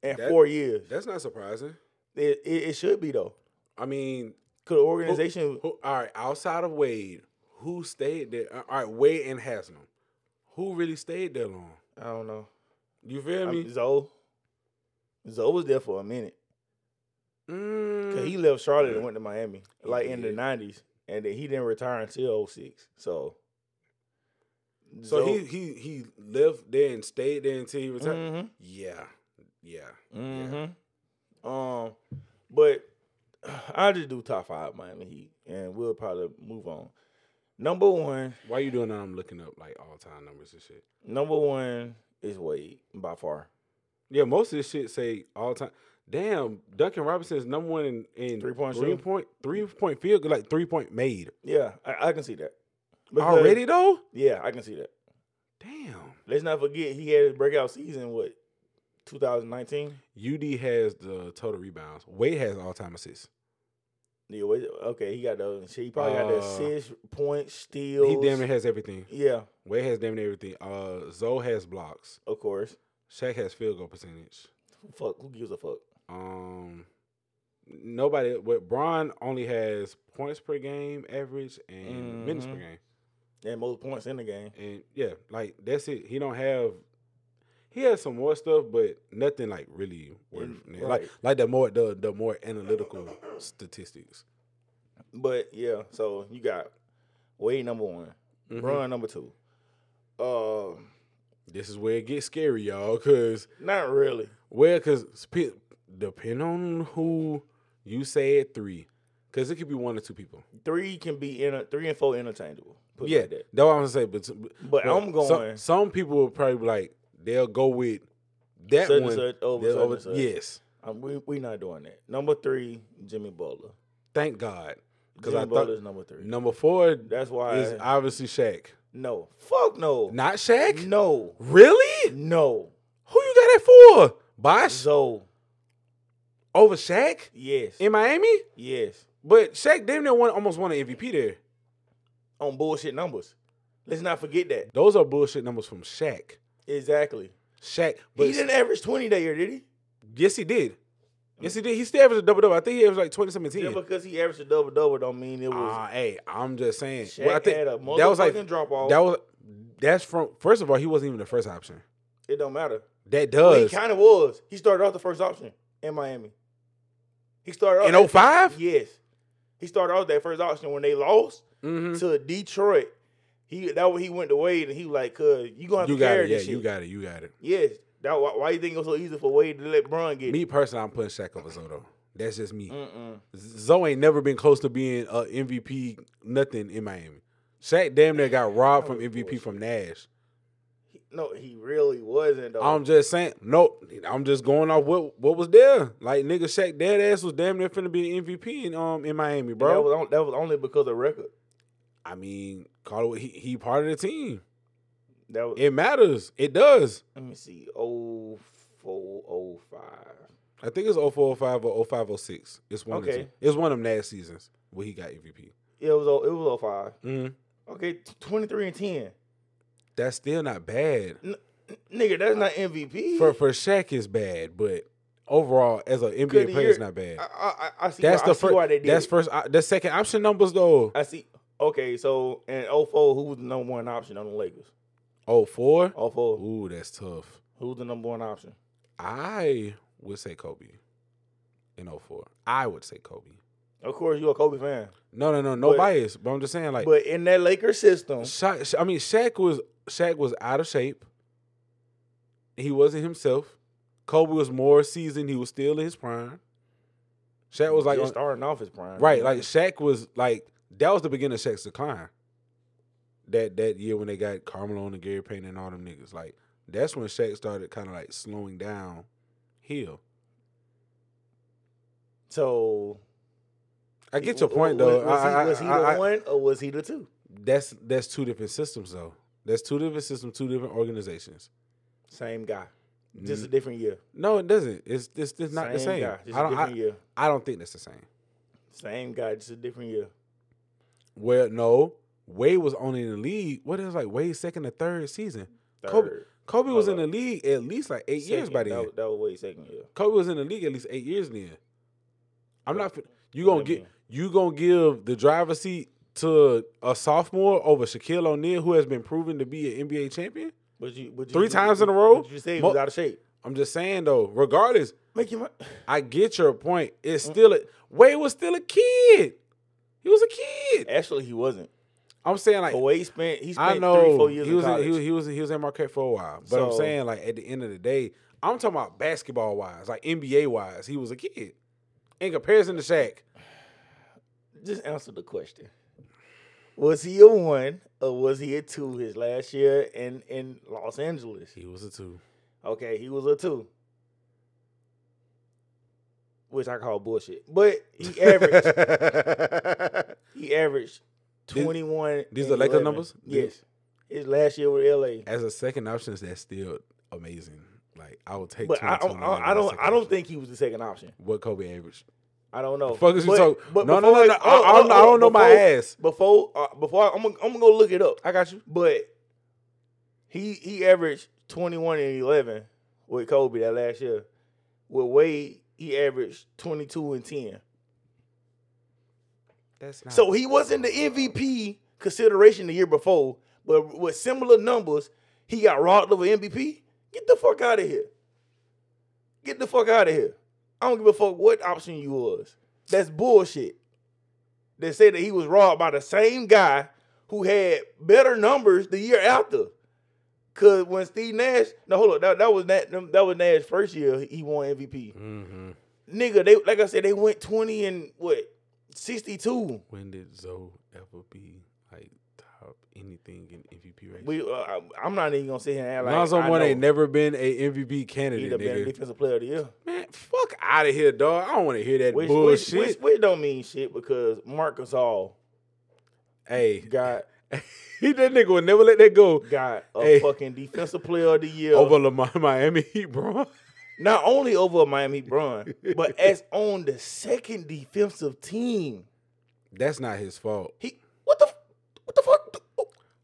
Speaker 1: In
Speaker 2: That-
Speaker 1: four years,
Speaker 2: That's not surprising.
Speaker 1: it, it, it should be though.
Speaker 2: I mean,
Speaker 1: Cause the organization,
Speaker 2: who, all right, outside of Wade, who stayed there? uh, All right, Wade and Haslam. Who really stayed there long?
Speaker 1: I don't know.
Speaker 2: You feel
Speaker 1: I
Speaker 2: me?
Speaker 1: Zoe, Zoe was there for a minute. Cause
Speaker 2: Mm,
Speaker 1: he left Charlotte and went to Miami,
Speaker 2: He
Speaker 1: like in the
Speaker 2: did.
Speaker 1: nineties, and then he didn't retire until 06. So,
Speaker 2: so he, he he left there and stayed there until he retired.
Speaker 1: Mhm,
Speaker 2: Yeah, yeah.
Speaker 1: mhm.
Speaker 2: Mm-hmm.
Speaker 1: Um, but I just do top five Miami Heat, and we'll probably move on. Number one,
Speaker 2: Why you doing that? I'm looking up like all time numbers and shit.
Speaker 1: number one is Wade by far.
Speaker 2: Yeah, most of this shit say all time. Damn, Duncan Robinson is number one in, in
Speaker 1: Three-point
Speaker 2: three
Speaker 1: shooting.
Speaker 2: point three point field goal, like three point made
Speaker 1: Yeah, I, I can see that.
Speaker 2: already though.
Speaker 1: Yeah, I can see that.
Speaker 2: Damn,
Speaker 1: Let's not forget he had his breakout season. What, 2019?
Speaker 2: UD has the total rebounds. Wade has all time assists.
Speaker 1: Yeah, wait, okay, he got the shit. He probably got the
Speaker 2: Uh,
Speaker 1: assist, point, steals.
Speaker 2: He damn near has everything.
Speaker 1: Yeah,
Speaker 2: Wade has damn near everything. Uh, Zoe has blocks.
Speaker 1: of course.
Speaker 2: Shaq has field goal percentage.
Speaker 1: Fuck, who gives a fuck?
Speaker 2: Um, nobody. But Braun only has points per game average and minutes per
Speaker 1: Mhm.
Speaker 2: game.
Speaker 1: And most points in the game.
Speaker 2: And yeah, like that's it. He don't have. He has some more stuff, but nothing like really worth
Speaker 1: Mm,
Speaker 2: like
Speaker 1: right.
Speaker 2: like the more the the more analytical statistics.
Speaker 1: But yeah, so you got Wade number one,
Speaker 2: Mhm.
Speaker 1: Run number two. Uh,
Speaker 2: This is where it gets scary, y'all, because
Speaker 1: not really.
Speaker 2: well, because sp- depend on who you say at three, because it could be one or two people.
Speaker 1: Three can be inter- three and four interchangeable. Put it
Speaker 2: yeah,
Speaker 1: like that.
Speaker 2: that's what I'm gonna say. But,
Speaker 1: But I'm
Speaker 2: some-
Speaker 1: going-
Speaker 2: Some, people will probably be like they'll go with that
Speaker 1: Such and
Speaker 2: one
Speaker 1: such over
Speaker 2: they'll
Speaker 1: such and such.
Speaker 2: Yes,
Speaker 1: Um, we we not doing that. Number three, Jimmy Butler.
Speaker 2: thank God, because
Speaker 1: Jimmy
Speaker 2: I thought
Speaker 1: Butler's number three.
Speaker 2: number four
Speaker 1: That's why.
Speaker 2: is obviously Shaq.
Speaker 1: no, fuck no,
Speaker 2: Not Shaq?
Speaker 1: no,
Speaker 2: Really?
Speaker 1: no.
Speaker 2: Who you got that for? Bosh
Speaker 1: So
Speaker 2: over Shaq
Speaker 1: yes,
Speaker 2: in Miami?
Speaker 1: yes.
Speaker 2: But Shaq damn near won almost won an MVP there.
Speaker 1: On bullshit numbers. Let's not forget that.
Speaker 2: Those are bullshit numbers from Shaq.
Speaker 1: Exactly.
Speaker 2: Shaq, but
Speaker 1: he didn't average twenty that year, did he?
Speaker 2: yes he did. Yes he did. He still averaged a double double. I think he averaged like twenty seventeen.
Speaker 1: Just because he averaged a double double don't mean it was.
Speaker 2: Ah, hey, I'm just saying.
Speaker 1: Shaq
Speaker 2: Well, I think
Speaker 1: had a
Speaker 2: that was like
Speaker 1: motherfucking drop off.
Speaker 2: That was that's from first of all he wasn't even the first option.
Speaker 1: it don't matter.
Speaker 2: That
Speaker 1: But he
Speaker 2: does
Speaker 1: kind of was. He started off the first option in Miami. He started off
Speaker 2: in oh 5
Speaker 1: Yes, he started off that first option when they lost
Speaker 2: Mm-hmm.
Speaker 1: to Detroit. He that way he went to Wade and he was like, "Cuz you gonna have
Speaker 2: You
Speaker 1: to
Speaker 2: got
Speaker 1: carry
Speaker 2: it. Yeah,
Speaker 1: this
Speaker 2: you
Speaker 1: shit."
Speaker 2: got it. You got it.
Speaker 1: yes, that why, why you think it was so easy for Wade to let Bron get it?
Speaker 2: Me personally, I'm putting Shaq over Zoe. though. That's just me.
Speaker 1: Mm-mm.
Speaker 2: Zoe ain't never been close to being a MVP nothing in Miami. Shaq damn near got robbed from MVP from Nash.
Speaker 1: No, he really wasn't. Though.
Speaker 2: I'm just saying, nope. I'm just going off what what was there. Like nigga, Shaq dead ass was damn near finna be an MVP in um in Miami,
Speaker 1: bro, that
Speaker 2: bro.
Speaker 1: was, on- that was only because of record.
Speaker 2: I mean, call it what- he he part of the team.
Speaker 1: That was,
Speaker 2: It matters. It does.
Speaker 1: let me see, oh four, oh five.
Speaker 2: I think it's 0405 or 0506. It's one. Of
Speaker 1: Okay.
Speaker 2: the two. It's one of them Nash seasons where he got MVP.
Speaker 1: Yeah, it was oh, it was oh five.
Speaker 2: Mm.
Speaker 1: Okay, t- twenty three and ten.
Speaker 2: That's still not bad.
Speaker 1: Nigga, that's not MVP.
Speaker 2: for for Shaq is bad, but overall as an NBA
Speaker 1: Good
Speaker 2: player, it's
Speaker 1: year.
Speaker 2: not bad.
Speaker 1: I, I, I- I see.
Speaker 2: that's
Speaker 1: why,
Speaker 2: the
Speaker 1: I see why they
Speaker 2: first.
Speaker 1: did.
Speaker 2: That's
Speaker 1: it.
Speaker 2: first. Uh, the second option numbers though.
Speaker 1: I see. Okay, so in 04, who was the number one option on the Lakers?
Speaker 2: Oh four.
Speaker 1: 04,
Speaker 2: Ooh, that's tough.
Speaker 1: who was the number one option?
Speaker 2: oh I would say Kobe. In 04. I would say Kobe.
Speaker 1: Of course, you a Kobe fan,
Speaker 2: No, no, no, no
Speaker 1: But-
Speaker 2: bias. But I'm just saying, like,
Speaker 1: but in that Lakers system,
Speaker 2: Sha- Sha- I mean, Shaq was Shaq was out of shape. He wasn't himself. Kobe was more seasoned. He was still in his prime. Shaq was like,
Speaker 1: just
Speaker 2: on-
Speaker 1: starting off his prime,
Speaker 2: right, like Shaq was like that was the beginning of Shaq's decline. That that year when they got Carmelo and Gary Payton and all them niggas, like that's when Shaq started kind of like slowing down. Hill,
Speaker 1: so.
Speaker 2: I get your
Speaker 1: w-
Speaker 2: point
Speaker 1: w-
Speaker 2: though.
Speaker 1: Was,
Speaker 2: I- I-
Speaker 1: he, was he
Speaker 2: I- I-
Speaker 1: the one or was he the two?
Speaker 2: That's that's two different systems though. That's two different systems, two different organizations.
Speaker 1: Same guy, just a different year.
Speaker 2: No, it doesn't. It's it's, Mm. it's not the same.
Speaker 1: guy, just
Speaker 2: I
Speaker 1: a
Speaker 2: don't
Speaker 1: different
Speaker 2: I,
Speaker 1: year.
Speaker 2: I don't think that's the same.
Speaker 1: Same guy, just a different year.
Speaker 2: Well, no, Wade was only in the league. What is like Wade's second or third season? Kobe-
Speaker 1: Third.
Speaker 2: Kobe was in
Speaker 1: Hold
Speaker 2: the league at least like eight years
Speaker 1: Second.
Speaker 2: by then.
Speaker 1: That, was- that was way second year.
Speaker 2: Kobe was in the league at least eight years then. I'm not. fin- You
Speaker 1: What
Speaker 2: gonna
Speaker 1: that
Speaker 2: get
Speaker 1: mean?
Speaker 2: you gonna give the driver's seat to a sophomore over Shaquille O'Neal, who has been proven to be an NBA champion?
Speaker 1: But you, but you,
Speaker 2: Three
Speaker 1: you-
Speaker 2: times in a
Speaker 1: you-
Speaker 2: row?
Speaker 1: but You say he
Speaker 2: Mo-
Speaker 1: was out of shape.
Speaker 2: I'm just saying though. Regardless,
Speaker 1: Make him.
Speaker 2: I get your point. It's
Speaker 1: Mm.
Speaker 2: still a Wade was still a kid. He was a kid.
Speaker 1: Actually, he wasn't.
Speaker 2: I'm saying like
Speaker 1: Away spent. He spent
Speaker 2: I know
Speaker 1: three, four years
Speaker 2: he was
Speaker 1: in
Speaker 2: in,
Speaker 1: college.
Speaker 2: he was he was he was in Marquette for a while, but I'm
Speaker 1: So-
Speaker 2: saying like at the end of the day, I'm talking about basketball wise, like NBA wise, he was a kid. In comparison to Shaq,
Speaker 1: Just answer the question. Was he a one or was he a two his last year in, in Los Angeles?
Speaker 2: he was a two.
Speaker 1: Okay, he was a two. Which I call bullshit. But he averaged he averaged
Speaker 2: These-
Speaker 1: twenty one.
Speaker 2: these the Lakers numbers?
Speaker 1: Yes. His last year with LA.
Speaker 2: As a second option, that's still amazing. Like I would take.
Speaker 1: But I,
Speaker 2: 22
Speaker 1: don't-
Speaker 2: and 11
Speaker 1: I, I
Speaker 2: as a
Speaker 1: don't
Speaker 2: second
Speaker 1: I don't
Speaker 2: option.
Speaker 1: think he was the second option.
Speaker 2: what Kobe averaged.
Speaker 1: I don't know.
Speaker 2: fuck is you
Speaker 1: But-
Speaker 2: talking-
Speaker 1: but
Speaker 2: No, no, no,
Speaker 1: before- oh,
Speaker 2: no. I- I don't- I don't know my
Speaker 1: before-
Speaker 2: ass.
Speaker 1: Before uh, before I'm gonna I'm gonna go look it up.
Speaker 2: I got you.
Speaker 1: But he he averaged 21 and 11 with Kobe that last year. With Wade, he averaged 22 and 10.
Speaker 2: That's not
Speaker 1: So he wasn't the MVP consideration the year before, but with similar numbers, he got robbed of an MVP. Get the fuck out of here. Get the fuck out of here. I don't give a fuck what option you was. That's bullshit. They said that he was robbed by the same guy who had better numbers the year after. Cause when Steve Nash, no hold up, that, that was that that was Nash's first year he won MVP.
Speaker 2: Mm-hmm.
Speaker 1: Nigga, they like I said, they went twenty and what sixty two.
Speaker 2: When did Zoe ever be like top anything in MVP race?
Speaker 1: We, uh, I- I'm not even gonna sit here and act like
Speaker 2: Lonzo
Speaker 1: I
Speaker 2: Moore
Speaker 1: know
Speaker 2: ain't never been a MVP
Speaker 1: he'd
Speaker 2: candidate.
Speaker 1: have been
Speaker 2: Nigga.
Speaker 1: a defensive player of the year.
Speaker 2: Man, fuck out of here, dog. I don't want to hear that
Speaker 1: Which, which,
Speaker 2: bullshit.
Speaker 1: which, which don't mean shit because Marcus All
Speaker 2: hey,
Speaker 1: got
Speaker 2: he that nigga would never let that go
Speaker 1: got a
Speaker 2: Hey.
Speaker 1: fucking defensive player of the year.
Speaker 2: over Lamar, Miami Heat, bro.
Speaker 1: not only over Miami Braun, but as on the second defensive team.
Speaker 2: That's not his fault.
Speaker 1: He what the f- what the fuck? do-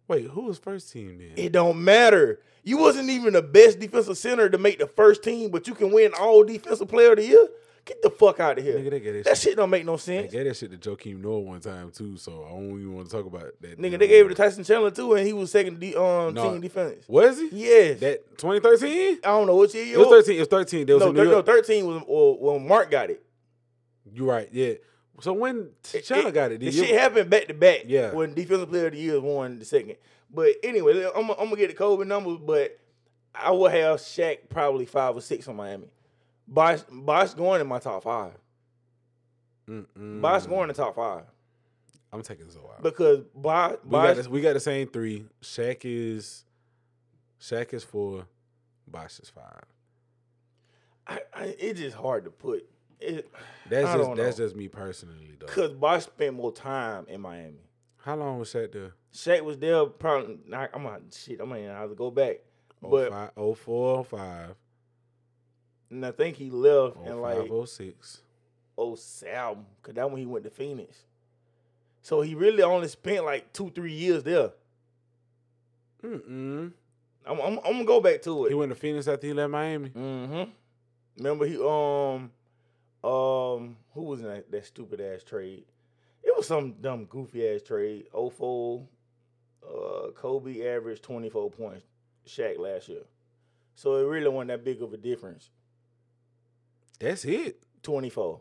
Speaker 2: Wait, who was first team then?
Speaker 1: It don't matter. You wasn't even the best defensive center to make the first team, but you can win all defensive player of the year. Get the fuck out of here.
Speaker 2: Nigga, they gave that
Speaker 1: that
Speaker 2: shit.
Speaker 1: shit don't make no
Speaker 2: They
Speaker 1: sense.
Speaker 2: gave that shit to Joakim Noah one time too, so I don't even want to talk about that.
Speaker 1: Nigga, they gave it to Tyson Chandler too, and he was second de- um,
Speaker 2: No.
Speaker 1: team defense.
Speaker 2: Was he?
Speaker 1: Yes.
Speaker 2: That 2013?
Speaker 1: I don't know what year
Speaker 2: It
Speaker 1: you
Speaker 2: was 13. It was 13. They was
Speaker 1: No,
Speaker 2: in New
Speaker 1: thir- no,
Speaker 2: York.
Speaker 1: 13 was well, when Mark got it.
Speaker 2: You right? Yeah. So when
Speaker 1: It-
Speaker 2: China got it,
Speaker 1: The
Speaker 2: did
Speaker 1: shit
Speaker 2: you?
Speaker 1: happened back to back
Speaker 2: Yeah.
Speaker 1: when defensive player of the year won the second. But anyway, I'm, I'm going to get the COVID numbers, but I will have Shaq probably five or six on Miami. Bosh, Bosh going in my top five.
Speaker 2: Mm-mm.
Speaker 1: Bosh going in the top five
Speaker 2: I'm taking Zoe out.
Speaker 1: because Bosh,
Speaker 2: We got,
Speaker 1: Bosh
Speaker 2: the, we got the same three. Shaq is Shaq is four. Bosh is five.
Speaker 1: I, I, it's just hard to put. It,
Speaker 2: That's
Speaker 1: I
Speaker 2: just
Speaker 1: don't
Speaker 2: that's
Speaker 1: know.
Speaker 2: just me personally though.
Speaker 1: Because Bosh spent more time in Miami.
Speaker 2: How long was Shaq there?
Speaker 1: Shaq was there probably. Not, I'm not shit. I mean, I have to go back,
Speaker 2: Oh
Speaker 1: but
Speaker 2: five, oh four, oh five,
Speaker 1: and I think he left
Speaker 2: oh
Speaker 1: in
Speaker 2: five,
Speaker 1: like
Speaker 2: oh six.
Speaker 1: oh Sam, cause that when he went to Phoenix. So he really only spent like two, three years there.
Speaker 2: Mm-mm.
Speaker 1: I'm, I'm, I'm gonna go back to
Speaker 2: He
Speaker 1: it.
Speaker 2: went to Phoenix after he left Miami.
Speaker 1: Mm-hmm. Remember he um um who was in that, that stupid ass trade? It was some dumb goofy ass trade. Ofo, uh, Kobe averaged twenty four points. Shaq last year, so it really wasn't that big of a difference.
Speaker 2: That's it.
Speaker 1: 24.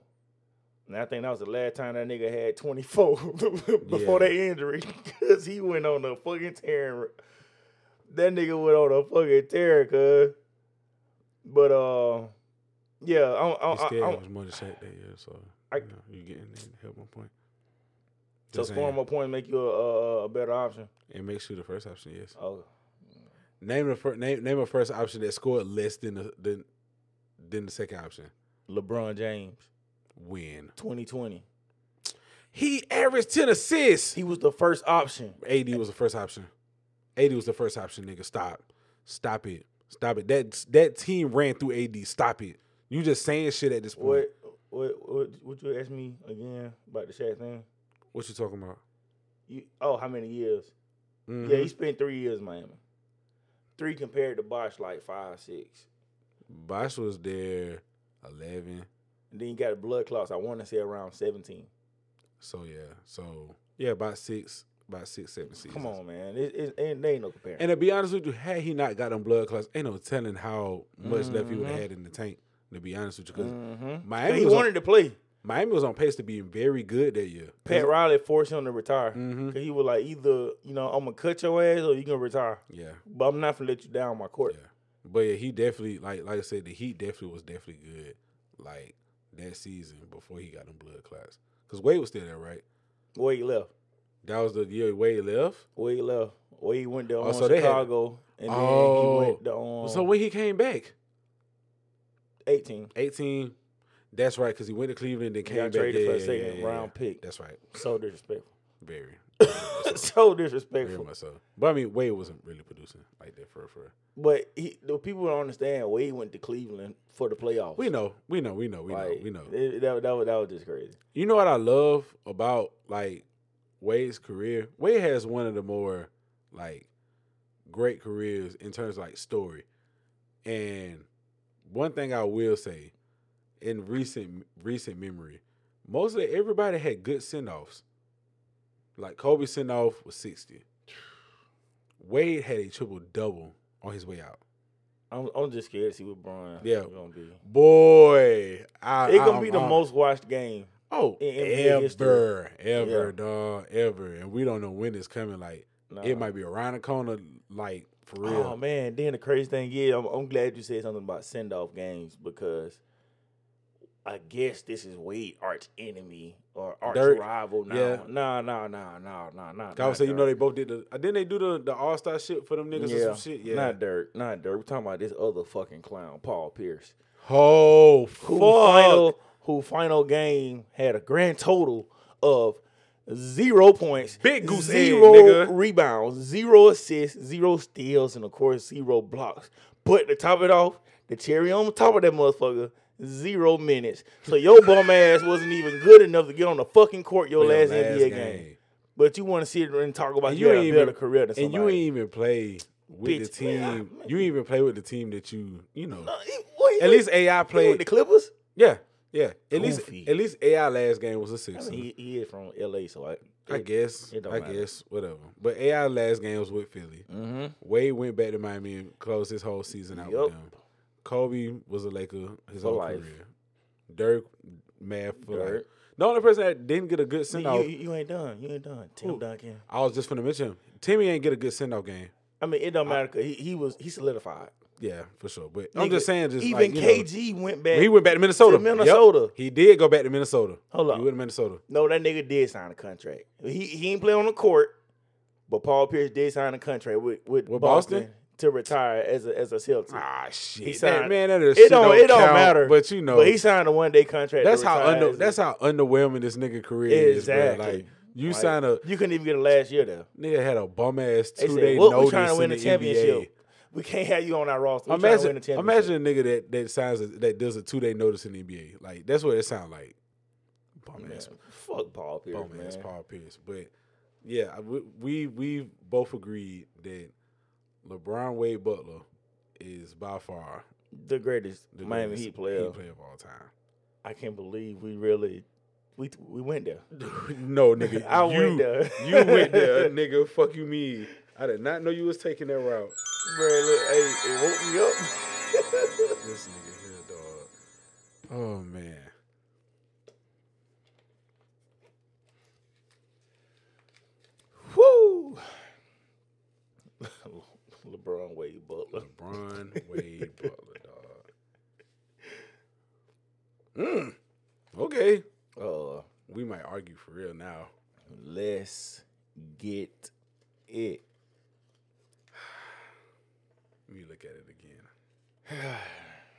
Speaker 1: And I think that was the last time that nigga had 24 before that injury because he went on a fucking tear. That nigga went on a fucking tear, cuz. But, uh, yeah, I'm, I'm,
Speaker 2: He still
Speaker 1: I'm,
Speaker 2: got
Speaker 1: I'm,
Speaker 2: his money sack that year, so
Speaker 1: Oh, I-
Speaker 2: you, know, you getting help my point.
Speaker 1: so
Speaker 2: Just saying.
Speaker 1: scoring more points make you a, a, a better option.
Speaker 2: It makes you the first option, yes.
Speaker 1: Oh,
Speaker 2: Name the first name name a first option that scored less than the than than the second option.
Speaker 1: LeBron James,
Speaker 2: Win.
Speaker 1: 2020.
Speaker 2: He averaged ten assists.
Speaker 1: He was the first option.
Speaker 2: AD was the first option. AD was the first option, nigga. Stop. Stop it. Stop it. That that team ran through AD. Stop it. You just saying shit at this point. What,
Speaker 1: What, what, what, what you ask me again about the Shaq thing?
Speaker 2: you talking about?
Speaker 1: You, oh, how many years? Yeah,
Speaker 2: Mm-hmm.
Speaker 1: he spent three years in Miami. Three compared to Bosch, like five, six.
Speaker 2: Mm-hmm. Bosh was there eleven.
Speaker 1: And then you got a blood clots. I want to say around 17.
Speaker 2: So yeah. So yeah, about six, about six, seven seasons.
Speaker 1: Come on, man. It, it, ain't they ain't no comparison.
Speaker 2: And to be honest with you, had he not got them blood clots, ain't no telling how much left he would have had in the tank. To be honest with you, because
Speaker 1: Mhm. Mm-hmm. But
Speaker 2: Mm-hmm. Miami,
Speaker 1: he
Speaker 2: was on,
Speaker 1: wanted to play.
Speaker 2: Miami was on pace to be very good that year.
Speaker 1: Pat Riley forced him to retire.
Speaker 2: Mhm.
Speaker 1: 'Cause he was like, either, you know, I'm going to cut your ass or you going to retire.
Speaker 2: Yeah,
Speaker 1: But I'm not going to let you down my court.
Speaker 2: yeah. But yeah, he definitely like like I said, the Heat definitely was definitely good like that season before he got them blood clots. Because Wade was still there, right?
Speaker 1: Wade left.
Speaker 2: That was the year Wade left.
Speaker 1: Wade left. Wade went to
Speaker 2: Oh,
Speaker 1: um,
Speaker 2: so they had-
Speaker 1: Chicago. and then
Speaker 2: Oh.
Speaker 1: he went to um,
Speaker 2: So when he came back,
Speaker 1: 18.
Speaker 2: eighteen. That's right, because he went to Cleveland and
Speaker 1: He
Speaker 2: came
Speaker 1: got
Speaker 2: back.
Speaker 1: traded
Speaker 2: yeah,
Speaker 1: for a
Speaker 2: yeah,
Speaker 1: second
Speaker 2: yeah, yeah.
Speaker 1: round pick.
Speaker 2: That's right.
Speaker 1: So disrespectful.
Speaker 2: Very,
Speaker 1: so
Speaker 2: very
Speaker 1: disrespectful.
Speaker 2: much so. But I mean, Wade wasn't really producing like that for for.
Speaker 1: But he, the people don't understand Wade went to Cleveland for the playoffs.
Speaker 2: We know, we know, we know, we know,
Speaker 1: Like,
Speaker 2: we know.
Speaker 1: it- that, that, was- that was just crazy.
Speaker 2: You know what I love about like Wade's career? Wade has one of the more like great careers in terms of like story. And one thing I will say in recent recent memory, mostly everybody had good send offs. Like Kobe send off was sixty. Wade had a triple double on his way out.
Speaker 1: I'm, I'm just scared to see what Brian
Speaker 2: Yeah.
Speaker 1: gonna be.
Speaker 2: Boy, I,
Speaker 1: It's gonna
Speaker 2: I'm-
Speaker 1: be the
Speaker 2: I'm-
Speaker 1: most watched game.
Speaker 2: Oh,
Speaker 1: in NBA history.
Speaker 2: ever, ever,
Speaker 1: Yeah.
Speaker 2: dog, ever, and we don't know when it's coming. Like
Speaker 1: Nah.
Speaker 2: it might be around the corner, like for real.
Speaker 1: Uh-huh. Oh man! Then the crazy thing, yeah, I'm, I'm glad you said something about send off games because I guess this is Wade arch enemy or arch
Speaker 2: Dirk,
Speaker 1: rival now.
Speaker 2: yeah.
Speaker 1: Nah, nah, nah, nah, nah, nah.
Speaker 2: I
Speaker 1: not
Speaker 2: would say you know
Speaker 1: Dirk.
Speaker 2: they both did the. uh, Didn't they do the the All Star shit for them niggas or some shit? Yeah.
Speaker 1: Not Dirk, not Dirk. We're talking about this other fucking clown, Paul Pierce. who
Speaker 2: oh fuck!
Speaker 1: final who final game had a grand total of zero points,
Speaker 2: Big goose egg,
Speaker 1: zero
Speaker 2: nigga.
Speaker 1: rebounds, zero assists, zero steals, and of course zero blocks. But to top it off, the cherry on top of that motherfucker, zero minutes. So your bum ass wasn't even good enough to get on the fucking court your
Speaker 2: Your
Speaker 1: last, NBA game. But you want to sit there and talk about
Speaker 2: And
Speaker 1: you
Speaker 2: you
Speaker 1: had a
Speaker 2: ain't
Speaker 1: better
Speaker 2: even
Speaker 1: career than
Speaker 2: and
Speaker 1: somebody.
Speaker 2: you ain't even play with
Speaker 1: Bitch,
Speaker 2: the
Speaker 1: man,
Speaker 2: team. You ain't even play with the team that you you know.
Speaker 1: Uh, he- what, he
Speaker 2: At
Speaker 1: went-
Speaker 2: least AI
Speaker 1: he went with the
Speaker 2: played.
Speaker 1: Clippers.
Speaker 2: Yeah, yeah. At least
Speaker 1: Goofy.
Speaker 2: at least AI last game was a six.
Speaker 1: I mean, he, he is from LA, so I.
Speaker 2: I guess.
Speaker 1: it don't
Speaker 2: I
Speaker 1: matter.
Speaker 2: guess. Whatever. But AI last game was with Philly.
Speaker 1: hmm
Speaker 2: Wade went back to Miami and closed his whole season out
Speaker 1: Yup.
Speaker 2: with them. Kobe was a Laker his
Speaker 1: For
Speaker 2: whole
Speaker 1: life.
Speaker 2: career. Dirk, mad for life.
Speaker 1: Dirk.
Speaker 2: The only person that didn't get a good send
Speaker 1: You,
Speaker 2: off,
Speaker 1: you, you ain't done. You ain't done. Tim Duncan.
Speaker 2: I was just gonna mention him. Timmy ain't get a good send off game.
Speaker 1: I mean, it don't matter because he, he was he solidified.
Speaker 2: Yeah, for sure. But I'm
Speaker 1: Nigga,
Speaker 2: just saying, just
Speaker 1: even
Speaker 2: like, you know,
Speaker 1: KG went back.
Speaker 2: he went back to Minnesota. Yup.
Speaker 1: Minnesota.
Speaker 2: he did go back to Minnesota.
Speaker 1: Hold
Speaker 2: He
Speaker 1: on.
Speaker 2: went to Minnesota.
Speaker 1: no, that nigga did sign a contract. He he didn't play on the court, but Paul Pierce did sign a contract with with,
Speaker 2: With
Speaker 1: Boston,
Speaker 2: Boston?
Speaker 1: to retire as a as a Celtic.
Speaker 2: Ah shit.
Speaker 1: He
Speaker 2: That-
Speaker 1: signed-
Speaker 2: man, that is
Speaker 1: it
Speaker 2: shit
Speaker 1: don't, it don't
Speaker 2: count,
Speaker 1: matter.
Speaker 2: But you know
Speaker 1: but he signed a one day contract. to
Speaker 2: That's how
Speaker 1: retire
Speaker 2: under,
Speaker 1: as a-
Speaker 2: that's how underwhelming this nigga career is. Bro.
Speaker 1: Exactly.
Speaker 2: Like you
Speaker 1: like,
Speaker 2: sign a
Speaker 1: You couldn't even get a last year though.
Speaker 2: nigga had a bum ass
Speaker 1: They
Speaker 2: two day
Speaker 1: said, "What we
Speaker 2: notice
Speaker 1: trying to win
Speaker 2: in
Speaker 1: a
Speaker 2: the
Speaker 1: championship?
Speaker 2: NBA.
Speaker 1: We can't have you on our roster. We trying to win a
Speaker 2: Imagine,
Speaker 1: championship."
Speaker 2: imagine a nigga that, that signs a, that does a two day notice in the NBA. Like that's what it sounds like. Bum
Speaker 1: Man,
Speaker 2: ass,
Speaker 1: fuck Paul Pierce,
Speaker 2: bum ass
Speaker 1: man.
Speaker 2: Paul Pierce. But yeah, I- we we we both agreed that LeBron Wade Butler is by far
Speaker 1: The greatest
Speaker 2: the
Speaker 1: Miami
Speaker 2: greatest
Speaker 1: Heat player.
Speaker 2: Heat of all time.
Speaker 1: I can't believe we really we we went there.
Speaker 2: no nigga,
Speaker 1: I
Speaker 2: you,
Speaker 1: went there.
Speaker 2: you went there, nigga. Fuck you, me. I did not know you was taking that route.
Speaker 1: Bro, look, hey, it woke me up.
Speaker 2: This nigga here, dog. Oh man.
Speaker 1: Butler.
Speaker 2: LeBron Wade Butler, dog. Mm. Okay.
Speaker 1: Uh,
Speaker 2: We might argue for real now.
Speaker 1: let's get it.
Speaker 2: Let me look at it again.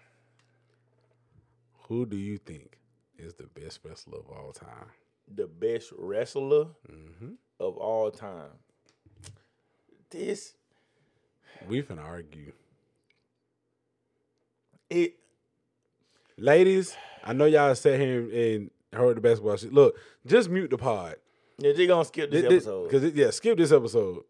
Speaker 2: Who do you think is the best wrestler of all time?
Speaker 1: The best wrestler
Speaker 2: Mm-hmm.
Speaker 1: of all time. This
Speaker 2: We finna argue.
Speaker 1: it
Speaker 2: Ladies, I know y'all sat here and, and heard the basketball shit. Look, just mute the pod.
Speaker 1: yeah, they gonna skip this, episode.
Speaker 2: Because yeah, skip this episode.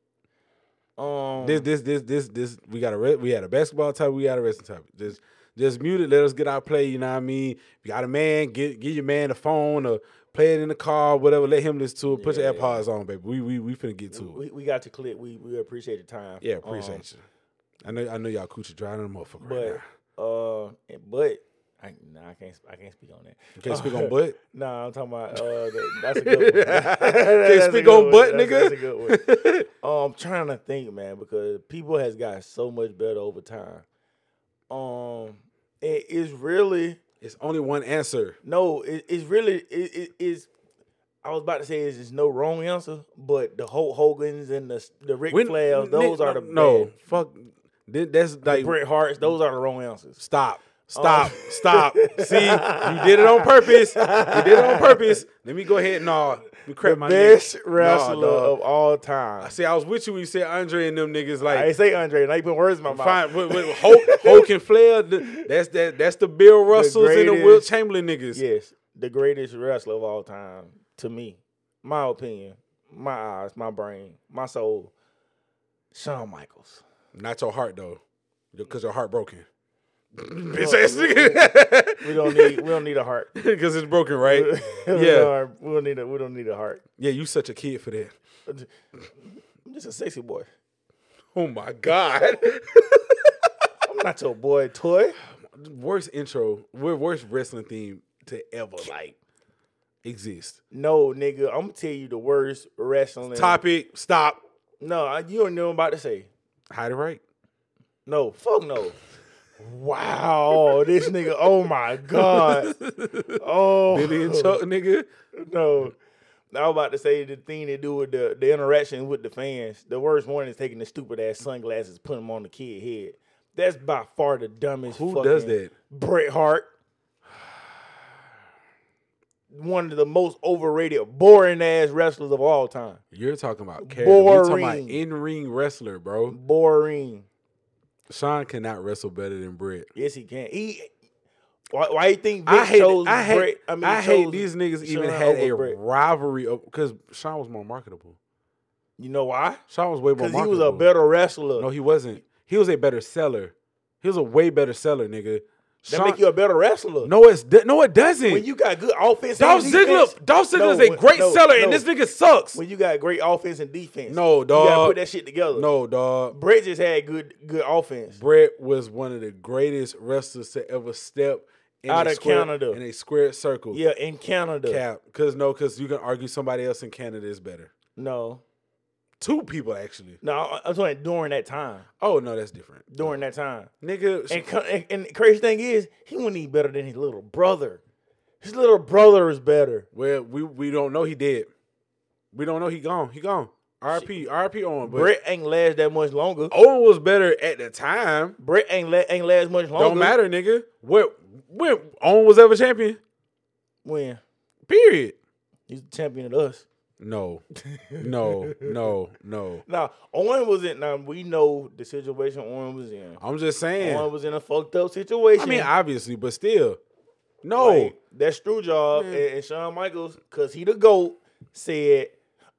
Speaker 1: um
Speaker 2: This this this this this we got a re- we had a basketball topic, we got a wrestling topic. Just just mute it. Let us get our play. You know what I mean? If you got a man, get give your man the phone or play it in the car, whatever. Let him listen to it. Put your
Speaker 1: Yeah.
Speaker 2: AirPods on, baby. We we we finna get to it.
Speaker 1: we, we got to clip. We we appreciate the time.
Speaker 2: Yeah,
Speaker 1: Um,
Speaker 2: appreciate you. I know I know y'all coochie drying the motherfucker right
Speaker 1: But
Speaker 2: now.
Speaker 1: uh, and- but I nah, I can't I can't speak on that.
Speaker 2: You can't speak on butt.
Speaker 1: Nah, I'm talking about uh, that, that's a good one.
Speaker 2: Can't
Speaker 1: That's a
Speaker 2: speak
Speaker 1: good
Speaker 2: on
Speaker 1: one.
Speaker 2: butt,
Speaker 1: That's- That's a
Speaker 2: nigga.
Speaker 1: good one. Oh, I'm trying to think, man, because people has got so much better over time. Um, it is really
Speaker 2: It's only one answer.
Speaker 1: no, it, it's really it, it is. I was about to say is it's no wrong answer, but the Hulk Hogan's and the the Ric
Speaker 2: When-
Speaker 1: Flairs, those
Speaker 2: Nick,
Speaker 1: are the
Speaker 2: no
Speaker 1: bad.
Speaker 2: fuck. Th- That's
Speaker 1: the
Speaker 2: like
Speaker 1: Bret Hart's, those are the wrong answers.
Speaker 2: stop. Stop! Stop! See, you did it on purpose. You did it on purpose. Let me go ahead. No, we crap my
Speaker 1: Best
Speaker 2: neck. Nah,
Speaker 1: wrestler
Speaker 2: dawg.
Speaker 1: of all time.
Speaker 2: See, I was with you when you said Andre and them niggas like
Speaker 1: I ain't say Andre, and I ain't put words in my mouth.
Speaker 2: Fine, with, with Hulk, Hulk and Flair, th- that's that. That's the Bill Russells and the Will
Speaker 1: greatest-
Speaker 2: Chamberlain niggas.
Speaker 1: Yes, the greatest wrestler of all time, to me, my opinion, my eyes, my brain, my soul, Shawn Michaels.
Speaker 2: Not your heart though, because your heart broken. Bitch ass nigga.
Speaker 1: We don't need we don't need a heart.
Speaker 2: Because it's broken, right?
Speaker 1: We
Speaker 2: yeah,
Speaker 1: don't- we don't need a we don't need a heart.
Speaker 2: yeah. You such a kid for that.
Speaker 1: I'm just a sexy boy.
Speaker 2: Oh my god.
Speaker 1: I'm not your boy toy.
Speaker 2: worst intro, wor- worst wrestling theme to ever like exist.
Speaker 1: No, nigga, I'm gonna tell you the worst wrestling
Speaker 2: Topic. Stop.
Speaker 1: No, I- you don't know what I'm about to say.
Speaker 2: Hide it right.
Speaker 1: No, fuck no. Wow, this nigga. Oh my god. Oh,
Speaker 2: Billy and Chuck, nigga.
Speaker 1: No. I was about to say the thing they do with the, the interaction with the fans. The worst one is taking the stupid ass sunglasses, putting them on the kid head. That's by far the dumbest.
Speaker 2: Who
Speaker 1: fucking
Speaker 2: does that?
Speaker 1: Bret Hart. One of the most overrated, boring ass wrestlers of all time.
Speaker 2: You're talking about character. You're talking about
Speaker 1: Boring.
Speaker 2: in ring wrestler, bro.
Speaker 1: Boring.
Speaker 2: Sean cannot wrestle better than Brett.
Speaker 1: Yes, he can. He. Why, why you think Vince
Speaker 2: I hate,
Speaker 1: chose
Speaker 2: I hate,
Speaker 1: Bret?
Speaker 2: I,
Speaker 1: mean,
Speaker 2: hate
Speaker 1: chose
Speaker 2: these niggas even
Speaker 1: Shawn
Speaker 2: had a
Speaker 1: over Bret.
Speaker 2: rivalry because Sean was more marketable.
Speaker 1: You know why?
Speaker 2: Sean was way more
Speaker 1: Because
Speaker 2: marketable.
Speaker 1: he was a better wrestler.
Speaker 2: No, he wasn't. He was a better seller. He was a way better seller, nigga.
Speaker 1: that
Speaker 2: Shawn-
Speaker 1: make you a better wrestler.
Speaker 2: no, it's di- no, it doesn't.
Speaker 1: when you got good offense,
Speaker 2: Dolph
Speaker 1: and defense,
Speaker 2: Ziggler, Dolph Ziggler
Speaker 1: No,
Speaker 2: is a
Speaker 1: when-
Speaker 2: great
Speaker 1: no,
Speaker 2: seller, and
Speaker 1: no.
Speaker 2: this nigga sucks.
Speaker 1: when you got great offense and defense,
Speaker 2: No,
Speaker 1: you gotta
Speaker 2: dawg.
Speaker 1: put that shit together.
Speaker 2: No, dog.
Speaker 1: Brett just had good good offense.
Speaker 2: Brett was one of the greatest wrestlers to ever step in
Speaker 1: Out
Speaker 2: a
Speaker 1: of
Speaker 2: square,
Speaker 1: Canada.
Speaker 2: in a squared circle.
Speaker 1: Yeah, in Canada,
Speaker 2: cap. Because no, because you can argue somebody else in Canada is better.
Speaker 1: no,
Speaker 2: Two people actually.
Speaker 1: no, I- I'm talking during that time.
Speaker 2: Oh no, that's different,
Speaker 1: During that time,
Speaker 2: nigga.
Speaker 1: and co- and, and the crazy thing is, he wasn't even better than his little brother. His little brother is better.
Speaker 2: well, we we don't know he dead. We don't know he gone. He gone. RP RP Owen. But Oh.
Speaker 1: Brett ain't last that much longer.
Speaker 2: Owen was better at the time.
Speaker 1: Brett ain't la- ain't last much longer.
Speaker 2: Don't matter, nigga. What when Owen was ever champion?
Speaker 1: when
Speaker 2: Period.
Speaker 1: he's the champion of us.
Speaker 2: No, no, no, no.
Speaker 1: Now Owen was in. Now we know the situation Owen was in.
Speaker 2: I'm just saying.
Speaker 1: Owen was in a fucked up situation.
Speaker 2: I mean, obviously, but still, no.
Speaker 1: Like, that screw job and, and Shawn Michaels, cause he the goat, said,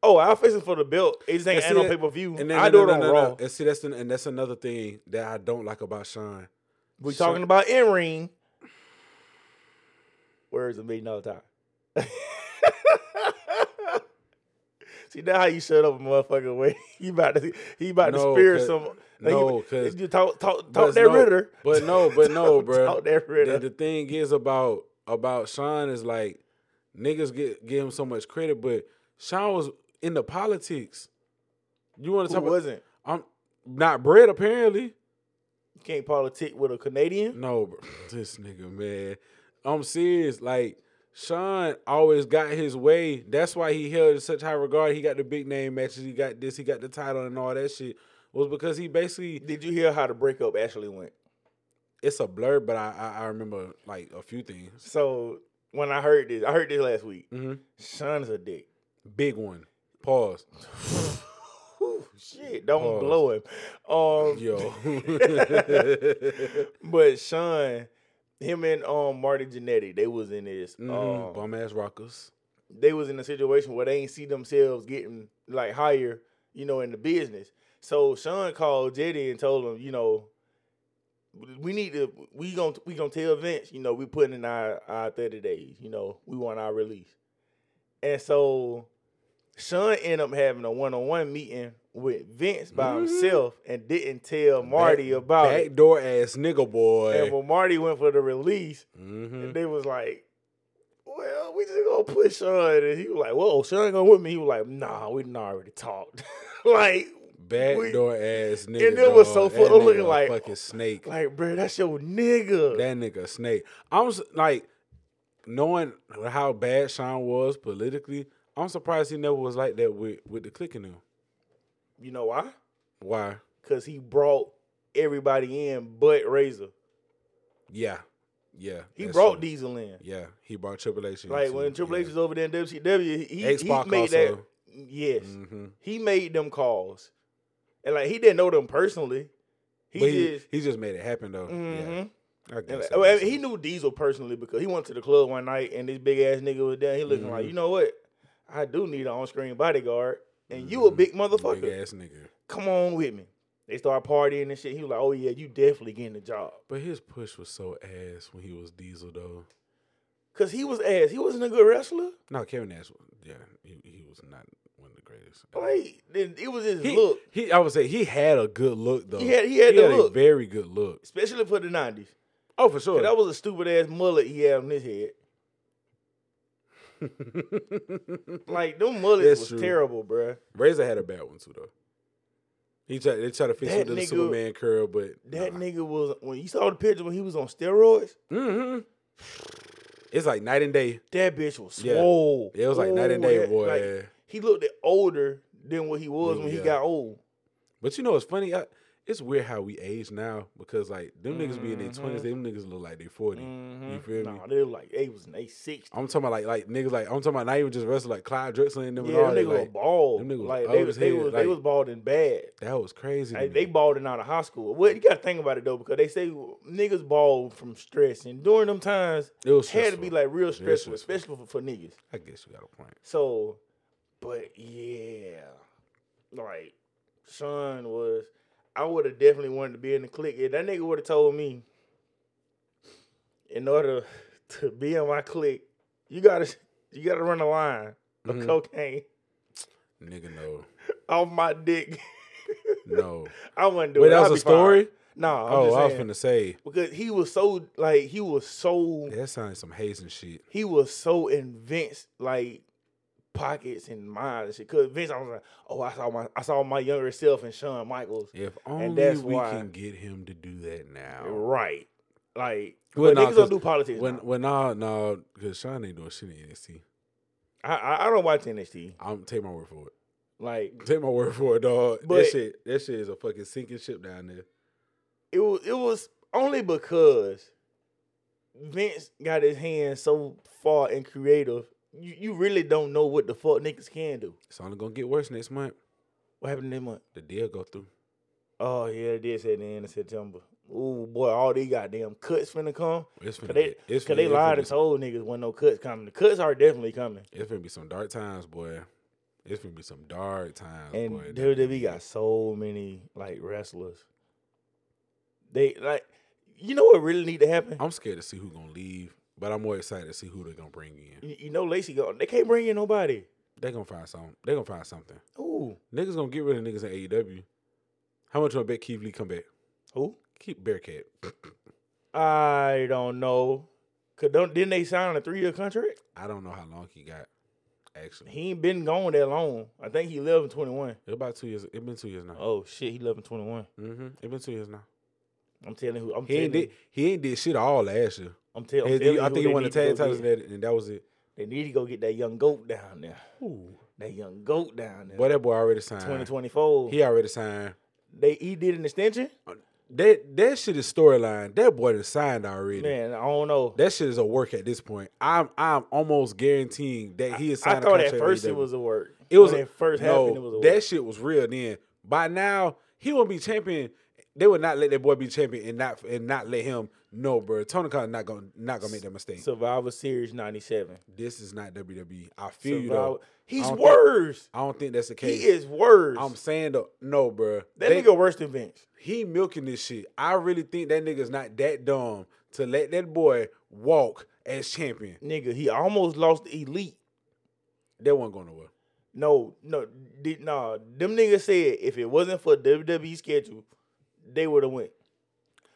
Speaker 1: "Oh, I'll face him for the belt. It just ain't,
Speaker 2: And see
Speaker 1: ain't on
Speaker 2: that-
Speaker 1: pay per view.
Speaker 2: and then-
Speaker 1: I
Speaker 2: no,
Speaker 1: do
Speaker 2: no,
Speaker 1: it on
Speaker 2: no, no,
Speaker 1: Raw.
Speaker 2: no. And see, that's the, and that's another thing that I don't like about Sean.
Speaker 1: We
Speaker 2: Sure.
Speaker 1: talking about in ring. Where is the million dollar tie? See now how you shut up, a motherfucker. Way he about to he about
Speaker 2: No,
Speaker 1: to spear
Speaker 2: 'cause-
Speaker 1: some.
Speaker 2: no,
Speaker 1: he-
Speaker 2: 'cause-
Speaker 1: you talk talk
Speaker 2: But
Speaker 1: talk that
Speaker 2: no-
Speaker 1: Ritter.
Speaker 2: But no, but no,
Speaker 1: Talk-
Speaker 2: bro.
Speaker 1: Talk that
Speaker 2: The,
Speaker 1: Ritter.
Speaker 2: the thing is about about Sean is like niggas get give him so much credit, but Sean was in the politics. You want to
Speaker 1: Who
Speaker 2: talk? About,
Speaker 1: wasn't?
Speaker 2: I'm not bread apparently.
Speaker 1: You can't politic with a Canadian.
Speaker 2: No, bro. This nigga, man. I'm serious. Like, Sean always got his way. That's why he held in such high regard. He got the big name matches. He got this. He got the title and all that shit. Was because he basically
Speaker 1: Did you hear how the breakup actually went?
Speaker 2: it's a blur, but I I, I remember like a few things.
Speaker 1: So when I heard this, I heard this last week.
Speaker 2: hmm
Speaker 1: Sean's a dick.
Speaker 2: Big one. Pause.
Speaker 1: Whew, shit, don't
Speaker 2: Pause.
Speaker 1: blow him. Um,
Speaker 2: Yo. Mm-hmm.
Speaker 1: but Sean, him and um Marty Jannetty, they was in this.
Speaker 2: mm
Speaker 1: Um,
Speaker 2: Bum ass rockers.
Speaker 1: they was in a situation where they ain't see themselves getting like higher, you know, in the business. So Sean called Jetty and told him, you know, we need to we gonna we gonna tell Vince, you know, we putting in our, our thirty days, you know, we want our release. And so Sean ended up having a one on one meeting with Vince by
Speaker 2: Mhm.
Speaker 1: himself and didn't tell Marty
Speaker 2: Back-
Speaker 1: about it.
Speaker 2: backdoor ass nigga
Speaker 1: And
Speaker 2: boy.
Speaker 1: when Marty went for the release,
Speaker 2: hmm
Speaker 1: they was like, "Well, we just gonna put Sean." And he was like, "Whoa, Sean going with me?" He was like, "Nah, we done already talked." like,
Speaker 2: Backdoor ass nigga.
Speaker 1: and it was
Speaker 2: dog.
Speaker 1: so
Speaker 2: That
Speaker 1: full- I'm looking
Speaker 2: nigga a
Speaker 1: like-
Speaker 2: fucking snake.
Speaker 1: like, bro, that's your nigga.
Speaker 2: That nigga a snake. I'm s- like, knowing how bad Sean was politically, I'm surprised he never was like that with with the clicking him.
Speaker 1: you know why?
Speaker 2: Why?
Speaker 1: Because he brought everybody in, but Razor.
Speaker 2: Yeah, yeah.
Speaker 1: He
Speaker 2: that's
Speaker 1: brought
Speaker 2: true.
Speaker 1: Diesel in.
Speaker 2: Yeah, he brought Triple H. in
Speaker 1: Like
Speaker 2: too,
Speaker 1: when Triple H
Speaker 2: yeah.
Speaker 1: was over there in WCW, he, he, he
Speaker 2: X-Pac
Speaker 1: made that.
Speaker 2: also.
Speaker 1: Yes,
Speaker 2: Mm-hmm.
Speaker 1: he made them calls, and like he didn't know them personally. He
Speaker 2: He but he-
Speaker 1: just.
Speaker 2: he, just made it happen though.
Speaker 1: mhm.
Speaker 2: Yeah, I
Speaker 1: And
Speaker 2: guess
Speaker 1: like,
Speaker 2: that
Speaker 1: well,
Speaker 2: makes
Speaker 1: he
Speaker 2: sense.
Speaker 1: knew Diesel personally because he went to the club one night and this big ass nigga was there. He looking like,
Speaker 2: Mhm.
Speaker 1: you know what? I do need an on screen bodyguard, and you a
Speaker 2: Mhm.
Speaker 1: big motherfucker.
Speaker 2: Big ass nigga.
Speaker 1: Come on with me. They start partying and shit. He was like, oh yeah, you definitely getting the job
Speaker 2: But his push was so ass when he was Diesel though.
Speaker 1: because he was ass. He wasn't a good wrestler.
Speaker 2: No, Kevin Nash. was- Yeah, he, he was not one of the greatest.
Speaker 1: Like it it was his
Speaker 2: he,
Speaker 1: look,
Speaker 2: he, I would say he had a good look though.
Speaker 1: He had- he had the
Speaker 2: a
Speaker 1: look.
Speaker 2: very good look.
Speaker 1: especially for the nineties.
Speaker 2: Oh, for sure.
Speaker 1: That was a stupid ass mullet he had on his head. Like them mullets
Speaker 2: That's
Speaker 1: was
Speaker 2: true.
Speaker 1: terrible, bruh.
Speaker 2: Razor had a bad one too though. He tried. They tried to fix
Speaker 1: That
Speaker 2: it with the
Speaker 1: nigga-
Speaker 2: Superman curl, but
Speaker 1: That nigga was when you saw the picture when he was on steroids.
Speaker 2: Mm-hmm. It's like night and day.
Speaker 1: That bitch was
Speaker 2: Yeah.
Speaker 1: swole.
Speaker 2: It was like night and
Speaker 1: Ooh,
Speaker 2: day,
Speaker 1: that-
Speaker 2: boy.
Speaker 1: like, he looked older than what he was
Speaker 2: Mm,
Speaker 1: when
Speaker 2: yeah.
Speaker 1: he got old.
Speaker 2: But you know, it's funny. I, it's weird how we age now because like them niggas be in their
Speaker 1: Mhm.
Speaker 2: twenties, them niggas look like they 40 You feel me?
Speaker 1: Mm-hmm. Nah, they were like they was in they sixty.
Speaker 2: I'm talking about like like niggas like I'm talking about not even just wrestling like Clyde Drexler and them.
Speaker 1: Yeah,
Speaker 2: and all
Speaker 1: them
Speaker 2: that,
Speaker 1: niggas were
Speaker 2: like,
Speaker 1: bald.
Speaker 2: them niggas was
Speaker 1: like
Speaker 2: old
Speaker 1: they,
Speaker 2: as
Speaker 1: they
Speaker 2: hell,
Speaker 1: was
Speaker 2: like-
Speaker 1: they was balding bad.
Speaker 2: that was crazy. to
Speaker 1: Like,
Speaker 2: me.
Speaker 1: they balding out of high school. Well, you gotta think about it though, because they say niggas bald from stress, and during them times
Speaker 2: it was
Speaker 1: had to be
Speaker 2: stressful.
Speaker 1: like real stressful,
Speaker 2: stressful.
Speaker 1: especially for, for niggas.
Speaker 2: I guess you got a point.
Speaker 1: So, but yeah, like Sean was, I would have definitely wanted to be in the clique. If that nigga would have told me, in order to be in my clique, you gotta you gotta run a line of
Speaker 2: Mhm.
Speaker 1: cocaine
Speaker 2: Nigga, no,
Speaker 1: off my dick.
Speaker 2: no.
Speaker 1: I wouldn't do
Speaker 2: Wait,
Speaker 1: it.
Speaker 2: that was
Speaker 1: I'd
Speaker 2: a
Speaker 1: be fine.
Speaker 2: story.
Speaker 1: Nah, I'm
Speaker 2: Oh,
Speaker 1: just
Speaker 2: I was
Speaker 1: saying,
Speaker 2: finna say
Speaker 1: because he was so like he was so
Speaker 2: that sounded some hazing shit.
Speaker 1: he was so in Vince like pockets and minds and shit. Cause Vince, I was like, oh, I saw my I saw my younger self and Shawn Michaels.
Speaker 2: If only
Speaker 1: that's
Speaker 2: we
Speaker 1: why-
Speaker 2: can get him to do that now.
Speaker 1: Right. Like
Speaker 2: Well,
Speaker 1: well,
Speaker 2: nah,
Speaker 1: niggas
Speaker 2: 'cause
Speaker 1: don't do politics.
Speaker 2: When
Speaker 1: now.
Speaker 2: when nah nah, cause Sean ain't doing shit in NXT.
Speaker 1: I, I I don't watch NXT.
Speaker 2: I'm take my word for it.
Speaker 1: Like
Speaker 2: Take my word for it, dog. that
Speaker 1: But-
Speaker 2: shit that shit is a fucking sinking ship down there.
Speaker 1: it was it was only because Vince got his hands so far and creative. You, you really don't know what the fuck niggas can do.
Speaker 2: It's only gonna get worse next month.
Speaker 1: What happened this month?
Speaker 2: The deal go through.
Speaker 1: Oh yeah, it did say the end of September. Ooh boy, all these goddamn cuts finna come.
Speaker 2: It's finna
Speaker 1: Cause they,
Speaker 2: get- it's
Speaker 1: cause
Speaker 2: finna,
Speaker 1: they
Speaker 2: it's
Speaker 1: lied
Speaker 2: finna
Speaker 1: and told niggas when no cuts coming. The cuts are definitely coming.
Speaker 2: be, it's finna be some dark times, boy. It's finna be some dark times,
Speaker 1: And
Speaker 2: Oh, boy.
Speaker 1: WWE got so many like wrestlers. They like, you know what really need to happen?
Speaker 2: I'm scared to see who gonna leave, but I'm more excited to see who they're gonna bring in.
Speaker 1: You, you know Lacey go. They can't bring in nobody.
Speaker 2: They gonna find some. They gonna find something.
Speaker 1: Ooh,
Speaker 2: Niggas gonna get rid of niggas in AEW. How much will bet Keith Lee come back?
Speaker 1: who?
Speaker 2: Keep Bearcat.
Speaker 1: I don't know. Cause don't didn't they sign a three year contract?
Speaker 2: I don't know how long he got. Actually,
Speaker 1: He ain't been gone that long. I think he left in twenty one.
Speaker 2: it's about two years. It's been two years now.
Speaker 1: Oh shit, he left in twenty one.
Speaker 2: Mm-hmm. It's been two years now.
Speaker 1: I'm telling who. I'm
Speaker 2: He
Speaker 1: telling.
Speaker 2: ain't did he ain't did shit all last year.
Speaker 1: I'm, tell, I'm telling.
Speaker 2: And he- I
Speaker 1: you
Speaker 2: think
Speaker 1: who
Speaker 2: he
Speaker 1: they
Speaker 2: won the
Speaker 1: need to
Speaker 2: tag
Speaker 1: go
Speaker 2: titles, and
Speaker 1: get.
Speaker 2: that, and that was it.
Speaker 1: They need to go get that young goat down there.
Speaker 2: Ooh.
Speaker 1: That young goat down there.
Speaker 2: Boy, that boy already signed.
Speaker 1: 2024.
Speaker 2: He already signed.
Speaker 1: They he did an extension.
Speaker 2: That that shit is storyline. That boy done signed already.
Speaker 1: Man, I don't know.
Speaker 2: That shit is a work at this point. I'm I'm almost guaranteeing that he is
Speaker 1: I
Speaker 2: signed. a E
Speaker 1: thought at
Speaker 2: contract with
Speaker 1: first it
Speaker 2: AEW.
Speaker 1: was a work.
Speaker 2: It was
Speaker 1: when
Speaker 2: a-
Speaker 1: it first
Speaker 2: no,
Speaker 1: happened. It was a work.
Speaker 2: that shit was real then. By now he will be champion. They would not let that boy be champion and not and not let him know, bro. Tony Khan not gonna not gonna make that mistake.
Speaker 1: Survivor Series '97.
Speaker 2: this is not WWE. I feel you
Speaker 1: Survivor-
Speaker 2: though. I
Speaker 1: He's
Speaker 2: don't
Speaker 1: worse.
Speaker 2: I don't think that's the
Speaker 1: He
Speaker 2: case.
Speaker 1: is worse.
Speaker 2: I'm saying though, no, bro.
Speaker 1: that nigga worse than Vince.
Speaker 2: he milking this shit. I really think that nigga's not that dumb to let that boy walk as champion.
Speaker 1: Nigga, he almost lost the elite.
Speaker 2: That wasn't going nowhere.
Speaker 1: No, no, did nah. Them niggas said if it wasn't for WWE schedule, they would have went.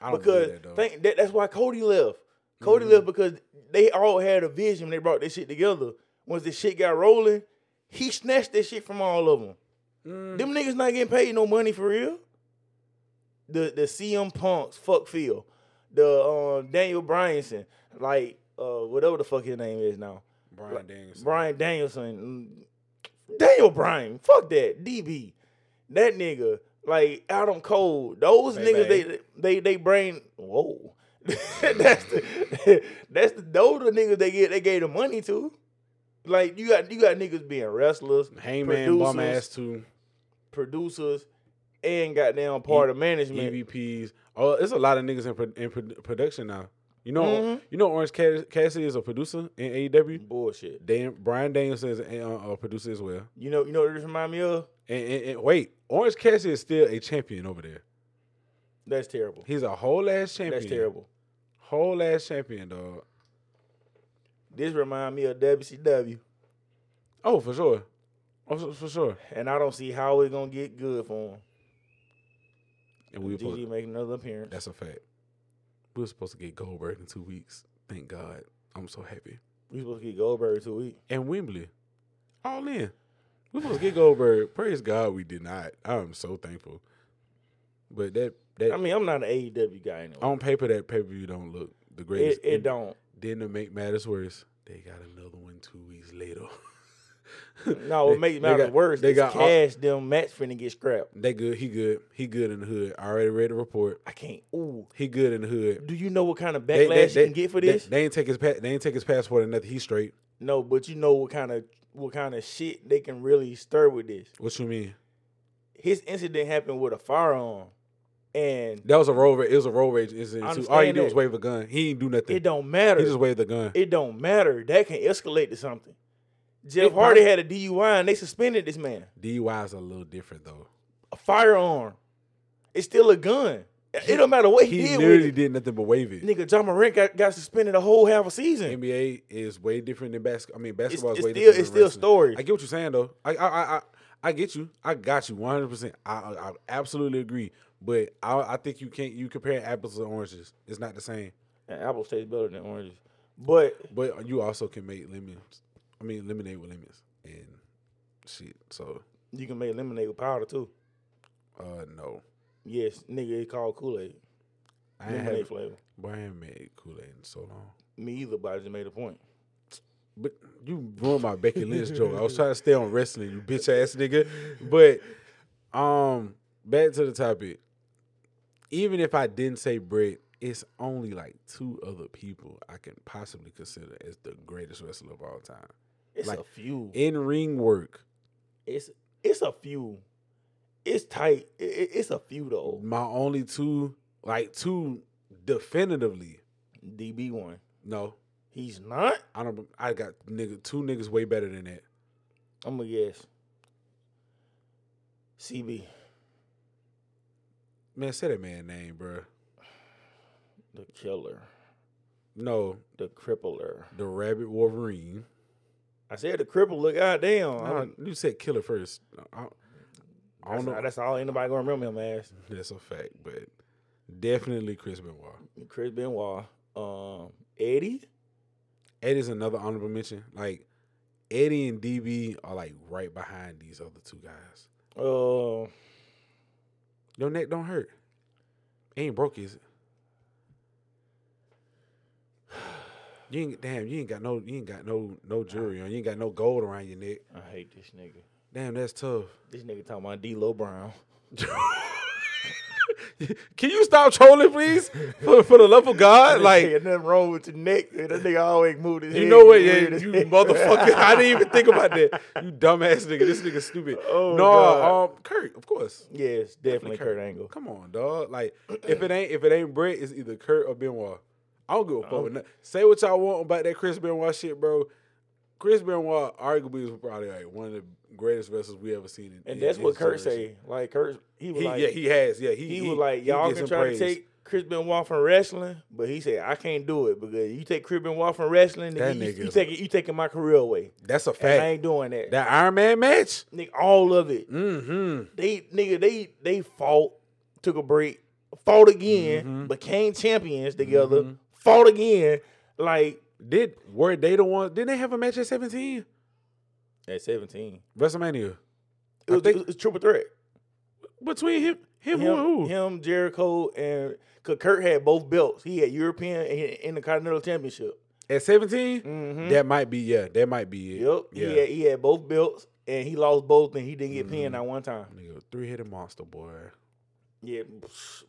Speaker 2: I don't
Speaker 1: Because
Speaker 2: believe that though. Mm-hmm.
Speaker 1: think that, that's why Cody left. Cody left because they all had a vision when they brought this shit together. Once this shit got rolling, he snatched this shit from all of them.
Speaker 2: Mm.
Speaker 1: Them niggas not getting paid no money for real. The the CM Punks, fuck Phil, the um, Daniel Bryanson, like uh, whatever the fuck his name is now.
Speaker 2: Brian
Speaker 1: like,
Speaker 2: Danielson.
Speaker 1: Brian Danielson. mm, Daniel Bryan. Fuck that. DB. That nigga. Like out on cold. Those
Speaker 2: Bay
Speaker 1: niggas
Speaker 2: Bay.
Speaker 1: they they they brain whoa. that's the that's the those the niggas they get they gave the money to. Like you got you got niggas being wrestlers,
Speaker 2: Hangman bum
Speaker 1: producers.
Speaker 2: ass too.
Speaker 1: producers, and goddamn part of
Speaker 2: E
Speaker 1: management.
Speaker 2: EVPs. Oh, it's a lot of niggas in, pro- in pro- production now. You know,
Speaker 1: Mhm.
Speaker 2: you know, Orange Cass- Cassidy is a producer in AEW.
Speaker 1: Bullshit.
Speaker 2: Dan- Brian Danielson is a, uh, a producer as well.
Speaker 1: You know you know what this remind me of?
Speaker 2: And, and, and wait, Orange Cassidy is still a champion over there.
Speaker 1: That's terrible.
Speaker 2: He's a whole ass champion.
Speaker 1: That's terrible.
Speaker 2: Whole ass champion, dog.
Speaker 1: This remind me of WCW.
Speaker 2: Oh, for sure. Oh, for, for sure.
Speaker 1: And I don't see how it's gonna get good for him.
Speaker 2: And we were supposed,
Speaker 1: GG make another appearance.
Speaker 2: that's a fact. We were supposed to get Goldberg in two weeks. Thank God. I'm so happy.
Speaker 1: We supposed to get Goldberg two weeks.
Speaker 2: And Wembley. All in. We supposed to get Goldberg. Praise God we did not. I'm so thankful. But that that
Speaker 1: I mean, I'm not an AEW guy anyway.
Speaker 2: on paper that pay per view don't look the
Speaker 1: It,
Speaker 2: greatest.
Speaker 1: it
Speaker 2: And
Speaker 1: don't.
Speaker 2: Then to make matters worse, they got another one two weeks later.
Speaker 1: No,
Speaker 2: They-
Speaker 1: it makes
Speaker 2: they
Speaker 1: matters
Speaker 2: got-
Speaker 1: worse.
Speaker 2: they
Speaker 1: They
Speaker 2: got
Speaker 1: got
Speaker 2: all-
Speaker 1: cash. them match finna get scrapped.
Speaker 2: They good. He good. He good in the hood. I already read the report.
Speaker 1: I can't. Ooh,
Speaker 2: He good in the hood.
Speaker 1: do you know what kind of
Speaker 2: They-
Speaker 1: backlash
Speaker 2: they-
Speaker 1: you
Speaker 2: they-
Speaker 1: can get for
Speaker 2: they-
Speaker 1: this?
Speaker 2: They, ain't take his pa- they ain't take his passport or nothing. He's straight.
Speaker 1: no, but you know what kind of what kind of shit they can really stir with this.
Speaker 2: What you mean?
Speaker 1: His incident happened with a firearm, and
Speaker 2: That was a road rage. It was a road rage
Speaker 1: I
Speaker 2: incident too. All he
Speaker 1: understand
Speaker 2: did was
Speaker 1: that.
Speaker 2: wave a gun. He didn't do nothing.
Speaker 1: it don't
Speaker 2: he
Speaker 1: matter.
Speaker 2: just waved the gun.
Speaker 1: it don't matter. That can escalate to something. Jeff
Speaker 2: It
Speaker 1: Hardy
Speaker 2: probably-
Speaker 1: had a DUI and they suspended this man.
Speaker 2: DUI is a little different though.
Speaker 1: A firearm. It's still a gun. it don't matter what he,
Speaker 2: He
Speaker 1: did with
Speaker 2: literally
Speaker 1: it.
Speaker 2: did nothing but wave it.
Speaker 1: Nigga, John Morant got, got suspended a whole half a season.
Speaker 2: NBA is way different than basketball. I mean, basketball
Speaker 1: it's
Speaker 2: is way
Speaker 1: still-
Speaker 2: different.
Speaker 1: it's
Speaker 2: than
Speaker 1: still
Speaker 2: wrestling.
Speaker 1: stories.
Speaker 2: I get what you're saying though. I I I, I, I get you. I got you 100. percent I, I I absolutely agree. But I I think you can't you compare apples to oranges. It's not the same.
Speaker 1: And apples taste better than oranges. But
Speaker 2: But you also can make lemons. I mean, lemonade with lemons and shit. So
Speaker 1: you can make lemonade with powder too.
Speaker 2: uh no,
Speaker 1: Yes, nigga, it's called Kool Aid.
Speaker 2: I ain't
Speaker 1: Lemonade
Speaker 2: have.
Speaker 1: flavor.
Speaker 2: Boy, I ain't made Kool Aid in so long.
Speaker 1: Me either, but I just made a point.
Speaker 2: But you ruined my Becky Lynch joke. I was trying to stay on wrestling, you bitch ass nigga. But um, back to the topic. Even if I didn't say Britt, it's only like two other people I can possibly consider as the greatest wrestler of all time
Speaker 1: It's
Speaker 2: Like,
Speaker 1: a few.
Speaker 2: in ring work.
Speaker 1: it's it's a few. It's tight. It- it- it's a few though.
Speaker 2: My only two, like two, definitively.
Speaker 1: DB one.
Speaker 2: No,
Speaker 1: He's not.
Speaker 2: I don't. I got nigga two niggas way better than that.
Speaker 1: I'm gonna guess. CB,
Speaker 2: Man, say that man name, bruh.
Speaker 1: the killer,
Speaker 2: No,
Speaker 1: the crippler.
Speaker 2: the Rabbit Wolverine.
Speaker 1: I said the crippler. Goddamn.
Speaker 2: I
Speaker 1: Oh, I don't-
Speaker 2: don't- you said killer first. I, I
Speaker 1: That's,
Speaker 2: don't know.
Speaker 1: that's all anybody gonna remember him as.
Speaker 2: That's a fact, but definitely Chris Benoit.
Speaker 1: Chris Benoit, um, Eddie.
Speaker 2: Eddie's another honorable mention. Like Eddie and DB are like right behind these other two guys.
Speaker 1: Uh,
Speaker 2: Your neck don't hurt. It ain't broke, is it? You ain't damn. You ain't got no. You ain't got no no jewelry on. You ain't got no gold around your neck.
Speaker 1: I hate this nigga.
Speaker 2: Damn, that's tough.
Speaker 1: This nigga talking about D'Lo Brown.
Speaker 2: Can you stop trolling, please? For, for the love of God,
Speaker 1: This
Speaker 2: like
Speaker 1: nigga, nothing wrong with your neck. That nigga always moved his.
Speaker 2: you
Speaker 1: head
Speaker 2: know what? Yeah,
Speaker 1: weird as
Speaker 2: you
Speaker 1: hell.
Speaker 2: motherfucker. I didn't even think about that. You dumbass nigga. This nigga stupid.
Speaker 1: Oh,
Speaker 2: no,
Speaker 1: God.
Speaker 2: um, Kurt, of course.
Speaker 1: Yes, definitely Kurt Angle.
Speaker 2: Come on, dog. Like if it ain't if it ain't Brett, it's either Kurt or Benoit. I don't give a
Speaker 1: Oh.
Speaker 2: fuck. with noth- Say what y'all want about that Chris Benoit shit, bro. Chris Benoit arguably is probably like one of the greatest wrestlers we ever seen. In,
Speaker 1: And
Speaker 2: in
Speaker 1: that's what
Speaker 2: his
Speaker 1: Kurt
Speaker 2: generation.
Speaker 1: say. Like Kurt, uh, he was
Speaker 2: He,
Speaker 1: like,
Speaker 2: yeah, he has. Yeah, he,
Speaker 1: he, was like,
Speaker 2: he
Speaker 1: y'all
Speaker 2: gets
Speaker 1: can
Speaker 2: him
Speaker 1: try
Speaker 2: praise.
Speaker 1: to take Chris Benoit from wrestling, but he said I can't do it because you take Chris Benoit from wrestling,
Speaker 2: That
Speaker 1: then you,
Speaker 2: nigga
Speaker 1: you
Speaker 2: is-
Speaker 1: taking you taking my career away.
Speaker 2: That's a
Speaker 1: And I
Speaker 2: fact.
Speaker 1: ain't doing that.
Speaker 2: That Iron Man match.
Speaker 1: Nigga, all of it.
Speaker 2: Mm-hmm.
Speaker 1: They nigga, they they fought, took a break, fought again, became champions together, fought again. Like
Speaker 2: Did were they the one? Didn't they have a match at seventeen?
Speaker 1: at seventeen,
Speaker 2: WrestleMania
Speaker 1: it was,
Speaker 2: think-
Speaker 1: it was triple threat.
Speaker 2: between him,
Speaker 1: Him,
Speaker 2: him, who, who?
Speaker 1: him, Jericho, and cause Kurt had both belts. He had European and Intercontinental Championship.
Speaker 2: at 17
Speaker 1: Mm-hmm.
Speaker 2: That might be yeah. That might be it.
Speaker 1: Yep.
Speaker 2: Yeah.
Speaker 1: He, had, he had both belts and he lost both and he didn't get pinned at one time.
Speaker 2: Nigga, three headed monster boy.
Speaker 1: Mm-hmm. Yeah,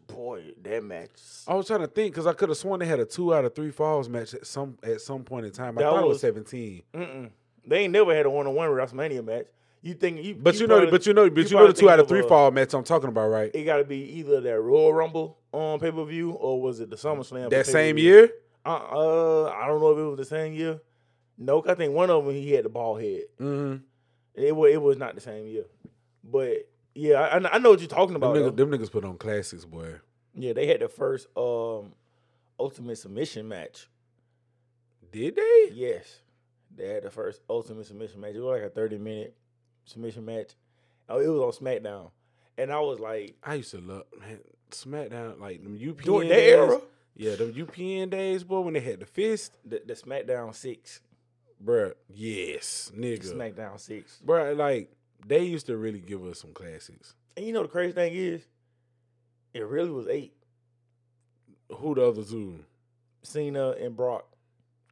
Speaker 1: boy, that match.
Speaker 2: I was trying to think because I could have sworn they had a two out of three falls match at some at some point in time. I
Speaker 1: That
Speaker 2: thought it was
Speaker 1: was-
Speaker 2: seventeen,
Speaker 1: Mm-mm. They ain't never had a one on one WrestleMania match. You think you?
Speaker 2: but you, know,
Speaker 1: probably-
Speaker 2: but you know, but you, know
Speaker 1: probably
Speaker 2: the two out of
Speaker 1: thinking uh,
Speaker 2: three
Speaker 1: a-
Speaker 2: fall match I'm talking about, right?
Speaker 1: It got to be either that Royal Rumble on pay per view or was it the SummerSlam?
Speaker 2: that
Speaker 1: pay-per-view?
Speaker 2: same year.
Speaker 1: Uh, uh, I don't know if it was the same year. No, 'cause I think one of them he had the bald head.
Speaker 2: Mm-hmm.
Speaker 1: It was it was not the same year, but yeah, I, I know what you're talking
Speaker 2: Them,
Speaker 1: about. though.
Speaker 2: niggas, them niggas put on classics, boy.
Speaker 1: Yeah, they had the first um ultimate submission match.
Speaker 2: Did they?
Speaker 1: Yes. They had the first ultimate submission match. It was like a 30 minute submission match. Oh, it was on SmackDown. And I was like,
Speaker 2: I used to love man, SmackDown like them UPN
Speaker 1: during that
Speaker 2: days.
Speaker 1: era,
Speaker 2: Yeah, them UPN days, boy, when they had the fist,
Speaker 1: the, the SmackDown 6.
Speaker 2: bruh. Yes, nigga,
Speaker 1: SmackDown 6.
Speaker 2: bruh. Like they used to really give us some classics.
Speaker 1: And you know the crazy thing is, it really was eight.
Speaker 2: Who the other two?
Speaker 1: Cena and Brock.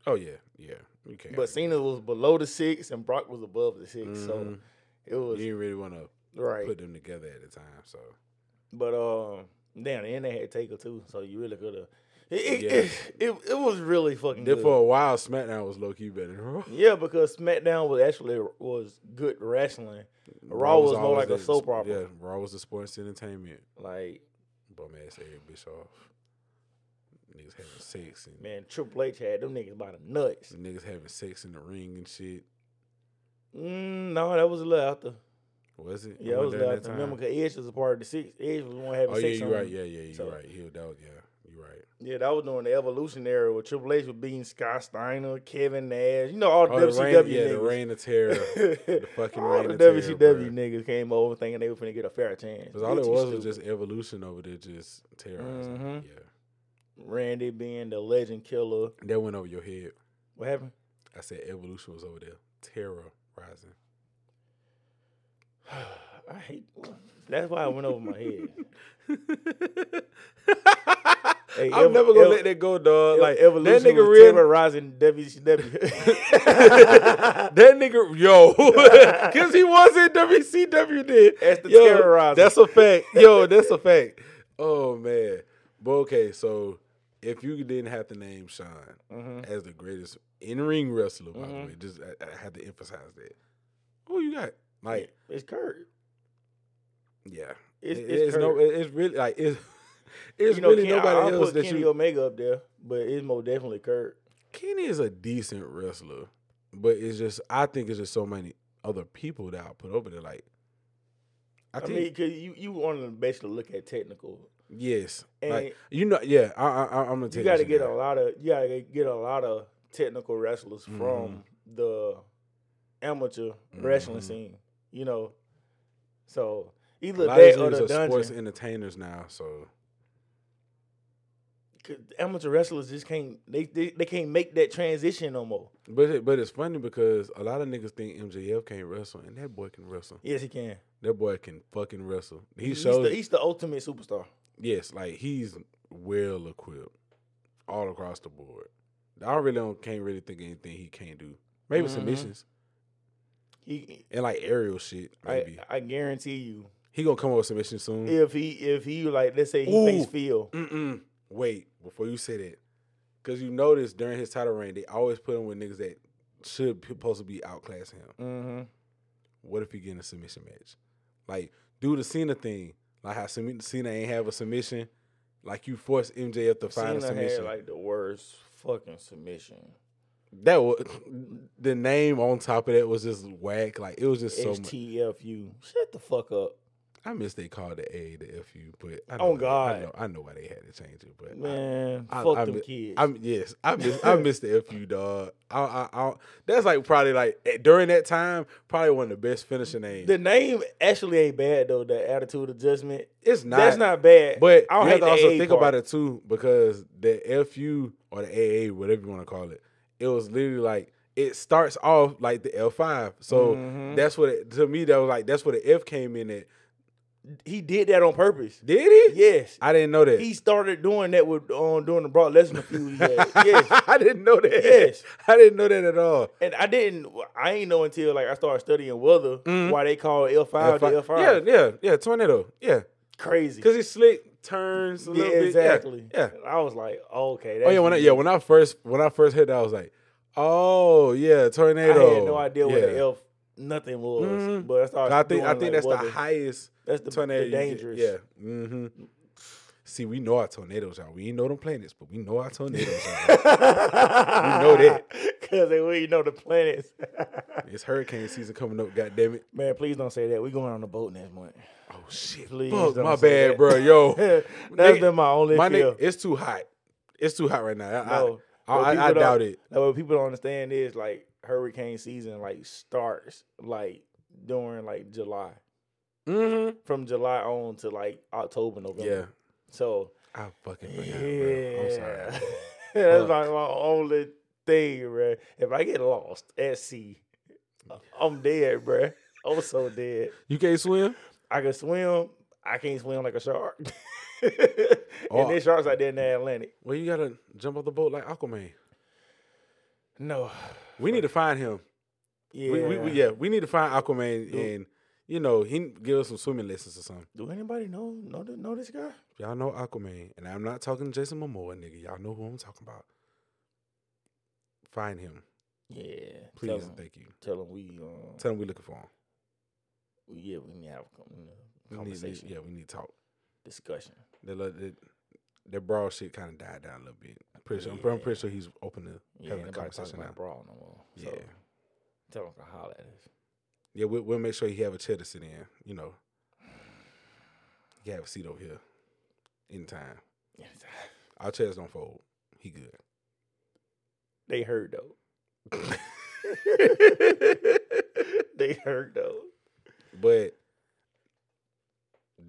Speaker 2: Oh yeah, yeah. You can't.
Speaker 1: But Cena was below the six and Brock was above the 6 So
Speaker 2: Mhm.
Speaker 1: it was
Speaker 2: you didn't really want to
Speaker 1: right.
Speaker 2: put them together at the time. So
Speaker 1: But um, damn, and they had Taker too, so you really could have. It, it,
Speaker 2: Yeah.
Speaker 1: it, it was really fucking
Speaker 2: then
Speaker 1: good.
Speaker 2: for a while, SmackDown was low key better.
Speaker 1: Yeah, because SmackDown was actually was good wrestling. Raw was more
Speaker 2: always
Speaker 1: like a
Speaker 2: the-
Speaker 1: soap opera.
Speaker 2: Yeah, Raw was the sports entertainment.
Speaker 1: Like
Speaker 2: Bum ass Eric Bischoff. Niggas having sex and
Speaker 1: man, Triple H had them niggas by the nuts.
Speaker 2: niggas having sex in the ring and shit.
Speaker 1: Mm, no, that was a little after.
Speaker 2: Was it?
Speaker 1: Yeah, that
Speaker 2: Wasn't
Speaker 1: was a little
Speaker 2: that that
Speaker 1: after.
Speaker 2: time?
Speaker 1: Remember, because Edge was a part of the six. Edge was the one having
Speaker 2: Oh yeah,
Speaker 1: sex.
Speaker 2: you're
Speaker 1: on
Speaker 2: right.
Speaker 1: him.
Speaker 2: Yeah, yeah, you're
Speaker 1: So-
Speaker 2: right. He, that was, yeah, you're right.
Speaker 1: Yeah, that was during the evolution era where Triple H was beating Scott Steiner, Kevin Nash, you know all the
Speaker 2: Oh, the
Speaker 1: WCW
Speaker 2: reign, yeah, the
Speaker 1: niggas.
Speaker 2: reign of terror.
Speaker 1: the
Speaker 2: fucking
Speaker 1: all
Speaker 2: reign
Speaker 1: the
Speaker 2: of terror,
Speaker 1: WCW
Speaker 2: bruh.
Speaker 1: niggas came over thinking they were finna get a fair chance.
Speaker 2: Because all
Speaker 1: Bitch,
Speaker 2: it
Speaker 1: you
Speaker 2: was was
Speaker 1: stupid.
Speaker 2: just evolution over there, just terrorizing.
Speaker 1: Mhm.
Speaker 2: Yeah,
Speaker 1: Randy being the legend killer.
Speaker 2: that went over your head.
Speaker 1: What happened?
Speaker 2: I said evolution was over there. Terrorizing.
Speaker 1: I hate. That's why I went over my head. Hey,
Speaker 2: I'm
Speaker 1: ev-
Speaker 2: never gonna
Speaker 1: ev-
Speaker 2: let that go, dog. like
Speaker 1: like evolution
Speaker 2: that nigga
Speaker 1: was
Speaker 2: real.
Speaker 1: terrorizing WCW.
Speaker 2: that nigga, yo, because he was in WCW. Then
Speaker 1: That's the
Speaker 2: Yo,
Speaker 1: terrorizer.
Speaker 2: That's a fact. Yo, that's a fact. Oh man. But okay, so if you didn't have to name Sean
Speaker 1: Mhm.
Speaker 2: as the greatest in ring wrestler, by the
Speaker 1: Mhm.
Speaker 2: way, just I, I had to emphasize that. Who you got? Like,
Speaker 1: it's Kurt.
Speaker 2: yeah,
Speaker 1: It's,
Speaker 2: It-
Speaker 1: it's, Kurt.
Speaker 2: no, it- it's really like it's it's
Speaker 1: you know,
Speaker 2: really
Speaker 1: Ken-
Speaker 2: nobody
Speaker 1: I, I'll
Speaker 2: else
Speaker 1: put
Speaker 2: that
Speaker 1: Kenny
Speaker 2: you.
Speaker 1: Omega up there, but it's most definitely Kurt.
Speaker 2: Kenny is a decent wrestler, but it's just I think it's just so many other people that I put over there. Like, I
Speaker 1: I,
Speaker 2: think
Speaker 1: mean, cause you you want to basically look at technical,
Speaker 2: yes,
Speaker 1: and
Speaker 2: like you know, yeah. I, I, I- I'm gonna tell
Speaker 1: you got to
Speaker 2: some
Speaker 1: get
Speaker 2: guy.
Speaker 1: a lot of you got to get a lot of technical wrestlers
Speaker 2: Mm-hmm.
Speaker 1: from the amateur wrestling
Speaker 2: Mhm.
Speaker 1: scene. You know, so
Speaker 2: A
Speaker 1: either
Speaker 2: lot of
Speaker 1: that
Speaker 2: these
Speaker 1: or
Speaker 2: niggas
Speaker 1: the
Speaker 2: are sports
Speaker 1: dungeon.
Speaker 2: entertainers now, so
Speaker 1: 'Cause Amateur wrestlers just can't they, they they can't make that transition no more.
Speaker 2: but it, but it's funny because a lot of niggas think MJF can't wrestle, and that boy can wrestle.
Speaker 1: Yes, he can.
Speaker 2: That boy can fucking wrestle. He
Speaker 1: he's,
Speaker 2: shows
Speaker 1: the, he's the ultimate superstar.
Speaker 2: yes, like he's well equipped all across the board. I really don't can't really think of anything he can't do. Maybe
Speaker 1: Mhm.
Speaker 2: submissions
Speaker 1: He,
Speaker 2: and like aerial shit.
Speaker 1: I,
Speaker 2: Maybe
Speaker 1: I guarantee you,
Speaker 2: he gonna come up with submission soon.
Speaker 1: if he if he like let's say he
Speaker 2: Ooh.
Speaker 1: face Phil,
Speaker 2: Mm-mm. Wait before you say that, because you notice during his title reign they always put him with niggas that should be- supposed to be outclass him.
Speaker 1: mm-hmm.
Speaker 2: What if he get in a submission match? Like do the Cena thing, like how Cena Cena ain't have a submission. Like you force MJF to find a
Speaker 1: Cena had
Speaker 2: submission.
Speaker 1: like the worst fucking submission.
Speaker 2: that was the name on top of that was just whack. Like it was just so much.
Speaker 1: HTFU, shut the fuck up,
Speaker 2: I miss they called the A the FU, but I
Speaker 1: Oh,
Speaker 2: know
Speaker 1: God.
Speaker 2: I know, I know why they had to change it, but
Speaker 1: man.
Speaker 2: I,
Speaker 1: fuck
Speaker 2: I,
Speaker 1: them
Speaker 2: mi-
Speaker 1: kids.
Speaker 2: I'm yes, I miss I miss the FU dog. I, I, I that's like probably like eh, during that time probably one of the best finishing names.
Speaker 1: the name actually ain't bad though. The attitude adjustment,
Speaker 2: it's not,
Speaker 1: that's not bad.
Speaker 2: but
Speaker 1: I don't
Speaker 2: you have
Speaker 1: hate
Speaker 2: to
Speaker 1: the
Speaker 2: also
Speaker 1: AA
Speaker 2: think
Speaker 1: part.
Speaker 2: about it too because the FU or the AA, whatever you want to call it, it was literally like it starts off like the L five. So
Speaker 1: Mhm.
Speaker 2: that's what it, to me that was like that's where the F came in at.
Speaker 1: he did that on purpose.
Speaker 2: Did he?
Speaker 1: Yes,
Speaker 2: I didn't know that.
Speaker 1: he started doing that with on doing the Brock Lesnar feud. He had. Yes,
Speaker 2: I didn't know that.
Speaker 1: Yes.
Speaker 2: I didn't know that at all.
Speaker 1: and I didn't. I ain't know until like I started studying weather
Speaker 2: Mhm.
Speaker 1: why they call L five the L
Speaker 2: F5.
Speaker 1: five.
Speaker 2: Yeah, yeah, yeah. Tornado. Yeah,
Speaker 1: crazy.
Speaker 2: because he slick turns a
Speaker 1: Yeah,
Speaker 2: little bit. Yeah,
Speaker 1: exactly.
Speaker 2: Yeah.
Speaker 1: I was like, okay.
Speaker 2: Oh
Speaker 1: That's
Speaker 2: yeah. When I,
Speaker 1: it.
Speaker 2: yeah, when I first when I first hit that, I was like, oh yeah,
Speaker 1: I
Speaker 2: tornado.
Speaker 1: had no idea what
Speaker 2: Yeah.
Speaker 1: the elf nothing was,
Speaker 2: Mhm.
Speaker 1: but I started.
Speaker 2: I think I
Speaker 1: doing, like,
Speaker 2: think that's
Speaker 1: weather.
Speaker 2: the highest
Speaker 1: That's the,
Speaker 2: tornado.
Speaker 1: the
Speaker 2: you get.
Speaker 1: dangerous.
Speaker 2: Yeah. hmm See, we know our tornadoes, y'all. We ain't know them planets, but we know our tornadoes. y'all. know that.
Speaker 1: because they we know the planets.
Speaker 2: it's hurricane season coming up. God damn it.
Speaker 1: Man, please don't say that. We going on the boat next month.
Speaker 2: Oh shit.
Speaker 1: Please
Speaker 2: Fuck
Speaker 1: don't
Speaker 2: my
Speaker 1: say
Speaker 2: bad,
Speaker 1: that.
Speaker 2: bro. Yo.
Speaker 1: that's
Speaker 2: Nigga,
Speaker 1: been my only
Speaker 2: my
Speaker 1: fear.
Speaker 2: nigga, it's too hot. It's too hot right now. I, I-
Speaker 1: No,
Speaker 2: I,
Speaker 1: But
Speaker 2: I, I
Speaker 1: people
Speaker 2: doubt
Speaker 1: don't-
Speaker 2: it.
Speaker 1: Like, what people don't understand is like hurricane season like starts like during like July,
Speaker 2: Mm-hmm.
Speaker 1: from July on to like October, November.
Speaker 2: Yeah,
Speaker 1: So
Speaker 2: I fucking forgot, bro. I'm sorry.
Speaker 1: Yeah. That's
Speaker 2: Fuck.
Speaker 1: like my only thing, bruh. If I get lost at sea, I'm dead, bruh. I'm so dead.
Speaker 2: You can't swim?
Speaker 1: I can swim. I can't swim like a shark.
Speaker 2: Oh.
Speaker 1: And there's sharks out there in the Atlantic.
Speaker 2: Well, you gotta jump off the boat like Aquaman.
Speaker 1: No.
Speaker 2: We need to find him.
Speaker 1: Yeah.
Speaker 2: We, we, we yeah, we need to find Aquaman and you know he n- give us some swimming lessons or something.
Speaker 1: Do anybody know know th- know this guy?
Speaker 2: Y'all know Aquaman, and I'm not talking Jason Momoa, nigga. Y'all know who I'm talking about. Find him,
Speaker 1: Yeah.
Speaker 2: please.
Speaker 1: Tell
Speaker 2: and
Speaker 1: him,
Speaker 2: Thank you.
Speaker 1: tell him we um
Speaker 2: Tell him we're looking for him.
Speaker 1: yeah we need to have a con- you know,
Speaker 2: We need-
Speaker 1: conversation
Speaker 2: yeah, we need to talk.
Speaker 1: discussion.
Speaker 2: the lo- the, the brawl shit kind of died down a little bit. I'm pretty sure. I'm, pre- I'm pretty sure he's open to
Speaker 1: Yeah.
Speaker 2: having
Speaker 1: Having
Speaker 2: a
Speaker 1: talking
Speaker 2: conversation
Speaker 1: about
Speaker 2: now.
Speaker 1: brawl no more. So,
Speaker 2: Yeah.
Speaker 1: Tell him to holler at us.
Speaker 2: Yeah, we'll, we'll make sure he have a chair to sit in. You know, he have a seat over here. Anytime. Our chairs don't fold. He good.
Speaker 1: They heard though. they heard though.
Speaker 2: But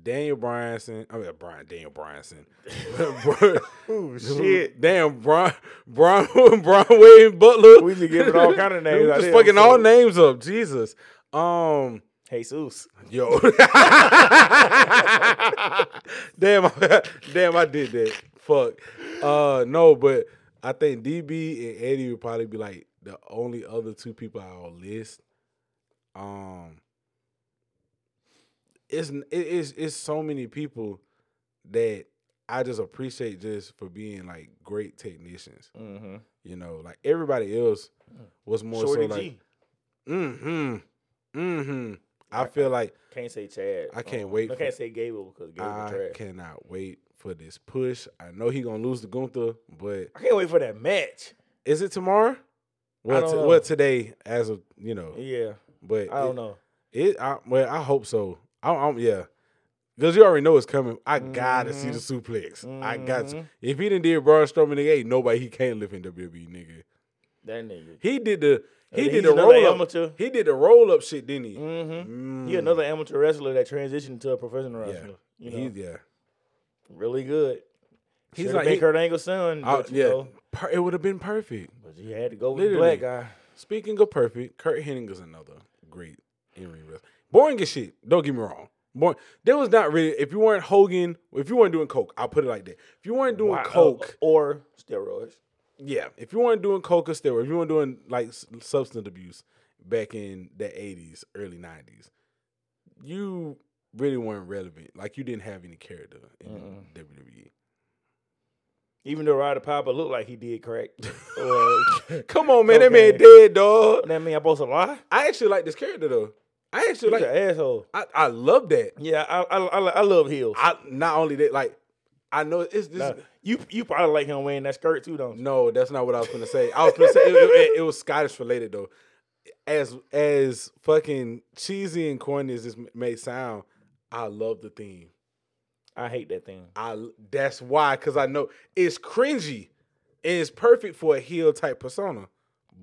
Speaker 2: Daniel Bryanson, I mean Brian Daniel Bryanson, Bro-
Speaker 1: Oh
Speaker 2: damn Brian Brian Brian Wayne Butler.
Speaker 1: We been giving all kind of names
Speaker 2: We
Speaker 1: out
Speaker 2: Just
Speaker 1: here,
Speaker 2: fucking
Speaker 1: I'm
Speaker 2: all
Speaker 1: sorry.
Speaker 2: names up. Jesus. Um.
Speaker 1: Jesus.
Speaker 2: Yo. damn, I, damn, I did that. Fuck. Uh, no, but I think DB and Eddie would probably be like the only other two people I'll list. Um, it's it- it's it's so many people that I just appreciate just for being like great technicians.
Speaker 1: Mm-hmm.
Speaker 2: You know, like everybody else was more
Speaker 1: Mm. Shorty
Speaker 2: so like,
Speaker 1: G.
Speaker 2: mm hmm, mm hmm. I feel like
Speaker 1: Can't say Chad. Uh,
Speaker 2: I can't wait
Speaker 1: I
Speaker 2: for-
Speaker 1: can't say Gable because Gable
Speaker 2: I
Speaker 1: trash.
Speaker 2: cannot wait for this push. I know he gonna lose to Gunther, but
Speaker 1: I can't wait for that match.
Speaker 2: is it tomorrow? Well,
Speaker 1: don't
Speaker 2: t-
Speaker 1: know.
Speaker 2: well, today as of you know,
Speaker 1: Yeah.
Speaker 2: but
Speaker 1: I
Speaker 2: it,
Speaker 1: don't know.
Speaker 2: It, I, well, I hope so. I, I'm yeah, because you already know it's coming. I gotta see the
Speaker 1: Mm-hmm.
Speaker 2: suplex. I got to.
Speaker 1: Mhm.
Speaker 2: If he didn't did Braun Strowman, nigga, ain't nobody he can't lift in WWE, nigga.
Speaker 1: That nigga.
Speaker 2: He did the he
Speaker 1: He's
Speaker 2: did the
Speaker 1: another
Speaker 2: roll up.
Speaker 1: amateur.
Speaker 2: He did the roll up shit, didn't he?
Speaker 1: Mm-hmm.
Speaker 2: Mm.
Speaker 1: He another amateur wrestler that transitioned to a professional
Speaker 2: Yeah.
Speaker 1: wrestler. You know,
Speaker 2: He's yeah.
Speaker 1: really good. He's
Speaker 2: He's like-
Speaker 1: like been
Speaker 2: he-
Speaker 1: Kurt Angle's son,
Speaker 2: I-
Speaker 1: but, you
Speaker 2: yeah.
Speaker 1: know,
Speaker 2: Per- it would have been perfect.
Speaker 1: but he had to go with the
Speaker 2: Literally.
Speaker 1: black guy.
Speaker 2: Speaking of perfect, Kurt Hennig is another great in ring wrestler. Boring as shit. Don't get me wrong. Boring. There was not really. If you weren't
Speaker 1: uh,
Speaker 2: Hogan, if you weren't doing coke, I'll put it like that. If you weren't doing
Speaker 1: Why-
Speaker 2: coke,
Speaker 1: or steroids.
Speaker 2: yeah, if you weren't doing coke or steroids, if you weren't doing like s- substance abuse back in the '80s, early '90s, you really weren't relevant. Like you didn't have any character in E.
Speaker 1: Mm-mm.
Speaker 2: WWE.
Speaker 1: Even though Ryder Piper looked like he did crack. Uh,
Speaker 2: Come on, man, that man
Speaker 1: Cocaine.
Speaker 2: dead, dog.
Speaker 1: that mean I'm supposed to lie?
Speaker 2: I actually like this character though. I actually
Speaker 1: He's
Speaker 2: like.
Speaker 1: an asshole.
Speaker 2: I, I love that.
Speaker 1: Yeah, I I, I, I love heels.
Speaker 2: I not only that, like I know it's this.
Speaker 1: Nah, you you probably like him wearing that skirt too, don't you?
Speaker 2: No, that's not what I was gonna say. I was gonna say it, it- it was Scottish related though. As as fucking cheesy and corny as this m- may sound, I love the theme.
Speaker 1: I hate that thing.
Speaker 2: I l- that's why because I know it's cringy. And it's perfect for a heel type persona,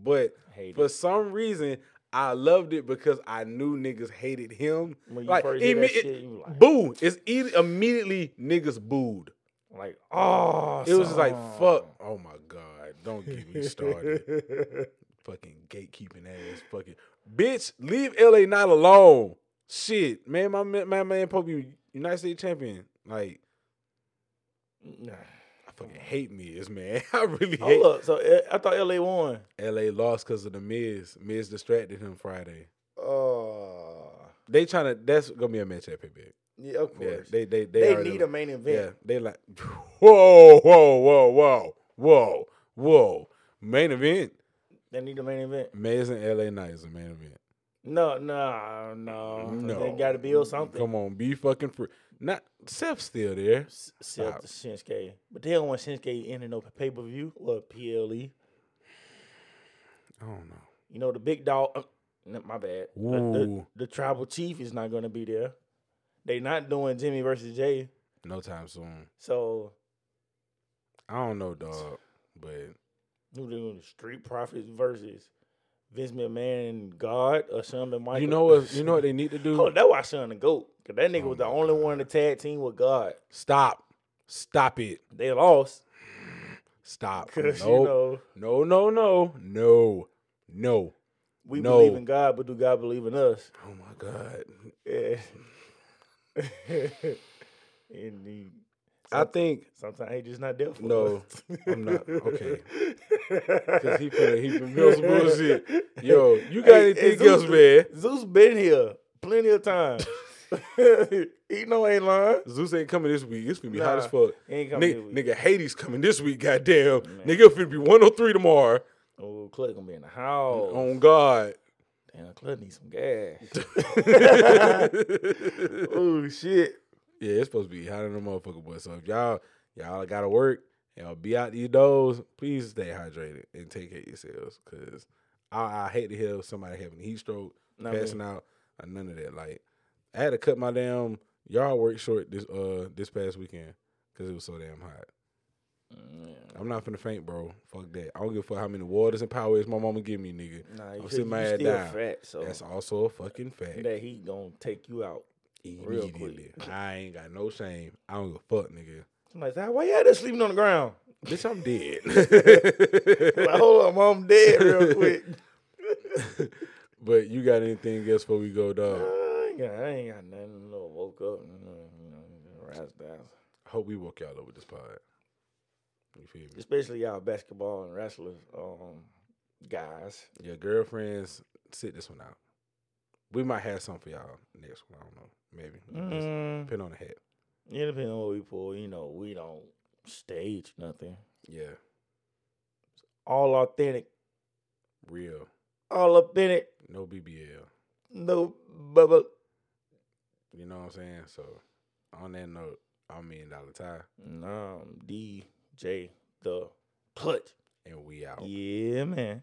Speaker 2: but
Speaker 1: I hate
Speaker 2: for
Speaker 1: it.
Speaker 2: some reason I loved it because I knew niggas hated him.
Speaker 1: When you
Speaker 2: like,
Speaker 1: first hear
Speaker 2: imme-
Speaker 1: that
Speaker 2: it-
Speaker 1: shit, you like,
Speaker 2: Boo! It's e- immediately niggas booed.
Speaker 1: like, oh,
Speaker 2: It was just like fuck. Oh my god! Don't get me started. fucking gatekeeping ass fucking bitch. Leave LA not alone. Shit, man, my man, my man, Pope, you United States champion. Like,
Speaker 1: Nah.
Speaker 2: I fucking hate me, this man. I really hate.
Speaker 1: Hold up. So eh, I thought LA won.
Speaker 2: LA lost because of the Miz. Miz distracted him Friday.
Speaker 1: Oh,
Speaker 2: They trying to. That's gonna be a match at Payback.
Speaker 1: yeah, of
Speaker 2: Yeah,
Speaker 1: course.
Speaker 2: they they they,
Speaker 1: they
Speaker 2: already-
Speaker 1: need a main
Speaker 2: Yeah,
Speaker 1: event.
Speaker 2: they like. Whoa, whoa, whoa, whoa, whoa, whoa. Main event.
Speaker 1: They need a main event.
Speaker 2: Miz and LA Knight is a main event.
Speaker 1: No, no, no.
Speaker 2: No,
Speaker 1: They got to build something.
Speaker 2: Come on, be fucking free. Not Seth's still there.
Speaker 1: S- Sell
Speaker 2: Stop.
Speaker 1: to Shinsuke, but they don't want Shinsuke in no pay per view or PLE.
Speaker 2: I don't know.
Speaker 1: E, You know the big dog. uh, n- my bad. Uh, The, the,
Speaker 2: Ooh.
Speaker 1: the tribal chief is not going to be there. They not doing Jimmy versus Jay.
Speaker 2: No time soon.
Speaker 1: So
Speaker 2: I don't know, dog. But
Speaker 1: who they doing? Street profits versus Vince McMahon and God or Shawn and Michael.
Speaker 2: you know what? You know what they need to
Speaker 1: Oh,
Speaker 2: do?
Speaker 1: that's why Shawn the goat. Cause that nigga
Speaker 2: Oh
Speaker 1: was the
Speaker 2: my
Speaker 1: only
Speaker 2: God.
Speaker 1: one in the tag team with God.
Speaker 2: Stop. Stop it.
Speaker 1: They lost
Speaker 2: Stop. No.
Speaker 1: because you know
Speaker 2: No. No. No. No. No.
Speaker 1: we
Speaker 2: No.
Speaker 1: believe in God, but do God believe in us?
Speaker 2: Oh my god.
Speaker 1: Yeah. Indeed.
Speaker 2: I think
Speaker 1: Sometimes he just not there for
Speaker 2: No,
Speaker 1: us.
Speaker 2: I'm not. Okay.
Speaker 1: Because
Speaker 2: he finna- he finna build some bullshit. Yo, you got anything else, man?
Speaker 1: Zeus been here plenty of times. he know ain't lying.
Speaker 2: Zeus ain't coming this week. It's gonna be hot
Speaker 1: Nah,
Speaker 2: as fuck.
Speaker 1: he ain't coming
Speaker 2: Nigga,
Speaker 1: this week.
Speaker 2: nigga, Hades coming this week. Goddamn,
Speaker 1: Man.
Speaker 2: nigga, finna be 103 tomorrow.
Speaker 1: Oh, Clutch gonna be in the house.
Speaker 2: On God.
Speaker 1: Damn, Clutch need some gas.
Speaker 2: yeah,
Speaker 1: oh shit.
Speaker 2: it's supposed to be hotter than a motherfucker, boy. So if y'all y'all gotta work, y'all be out these doors. Please stay hydrated and take care of yourselves, cause I, I hate to hear somebody having a heat stroke,
Speaker 1: Nah,
Speaker 2: passing
Speaker 1: man.
Speaker 2: out, or none of that. Like I had to cut my damn yard work short this uh this past weekend, cause it was so damn hot.
Speaker 1: Mm,
Speaker 2: I'm not finna faint, bro. Fuck that. I don't give a fuck how many waters and power is my mama give me, nigga.
Speaker 1: Nah, you,
Speaker 2: I'm
Speaker 1: should,
Speaker 2: sitting my
Speaker 1: you
Speaker 2: ass
Speaker 1: still
Speaker 2: down.
Speaker 1: fat, so
Speaker 2: That's also a fucking fact.
Speaker 1: Oh. that heat gonna take you out. Real quick.
Speaker 2: Immediately. I ain't got no shame. I don't give a fuck, nigga.
Speaker 1: I'm like, "Zach, why you out there sleeping on the ground?
Speaker 2: Bitch, I'm
Speaker 1: Like,
Speaker 2: dead.
Speaker 1: hold up, I'm dead real quick.
Speaker 2: but you got anything else before we go, dog?
Speaker 1: I ain't got, I ain't got nothing. You know, woke up, you know, you know, razzed down.
Speaker 2: I hope we woke y'all up with this pod. You feel me?
Speaker 1: Especially y'all basketball and wrestlers, um, guys.
Speaker 2: Your girlfriends, sit this one out. We might have some for y'all next one. I don't know. Maybe. Just
Speaker 1: Mm,
Speaker 2: Depend on the hat.
Speaker 1: it depends on what we pull. You know, we don't stage nothing.
Speaker 2: Yeah.
Speaker 1: All authentic,
Speaker 2: Real.
Speaker 1: all authentic.
Speaker 2: No BBL.
Speaker 1: No bubble.
Speaker 2: You know what I'm saying? So, on that note, I'm Million Dollar Ty,
Speaker 1: Um, DJ the clutch.
Speaker 2: and we out.
Speaker 1: Yeah, man.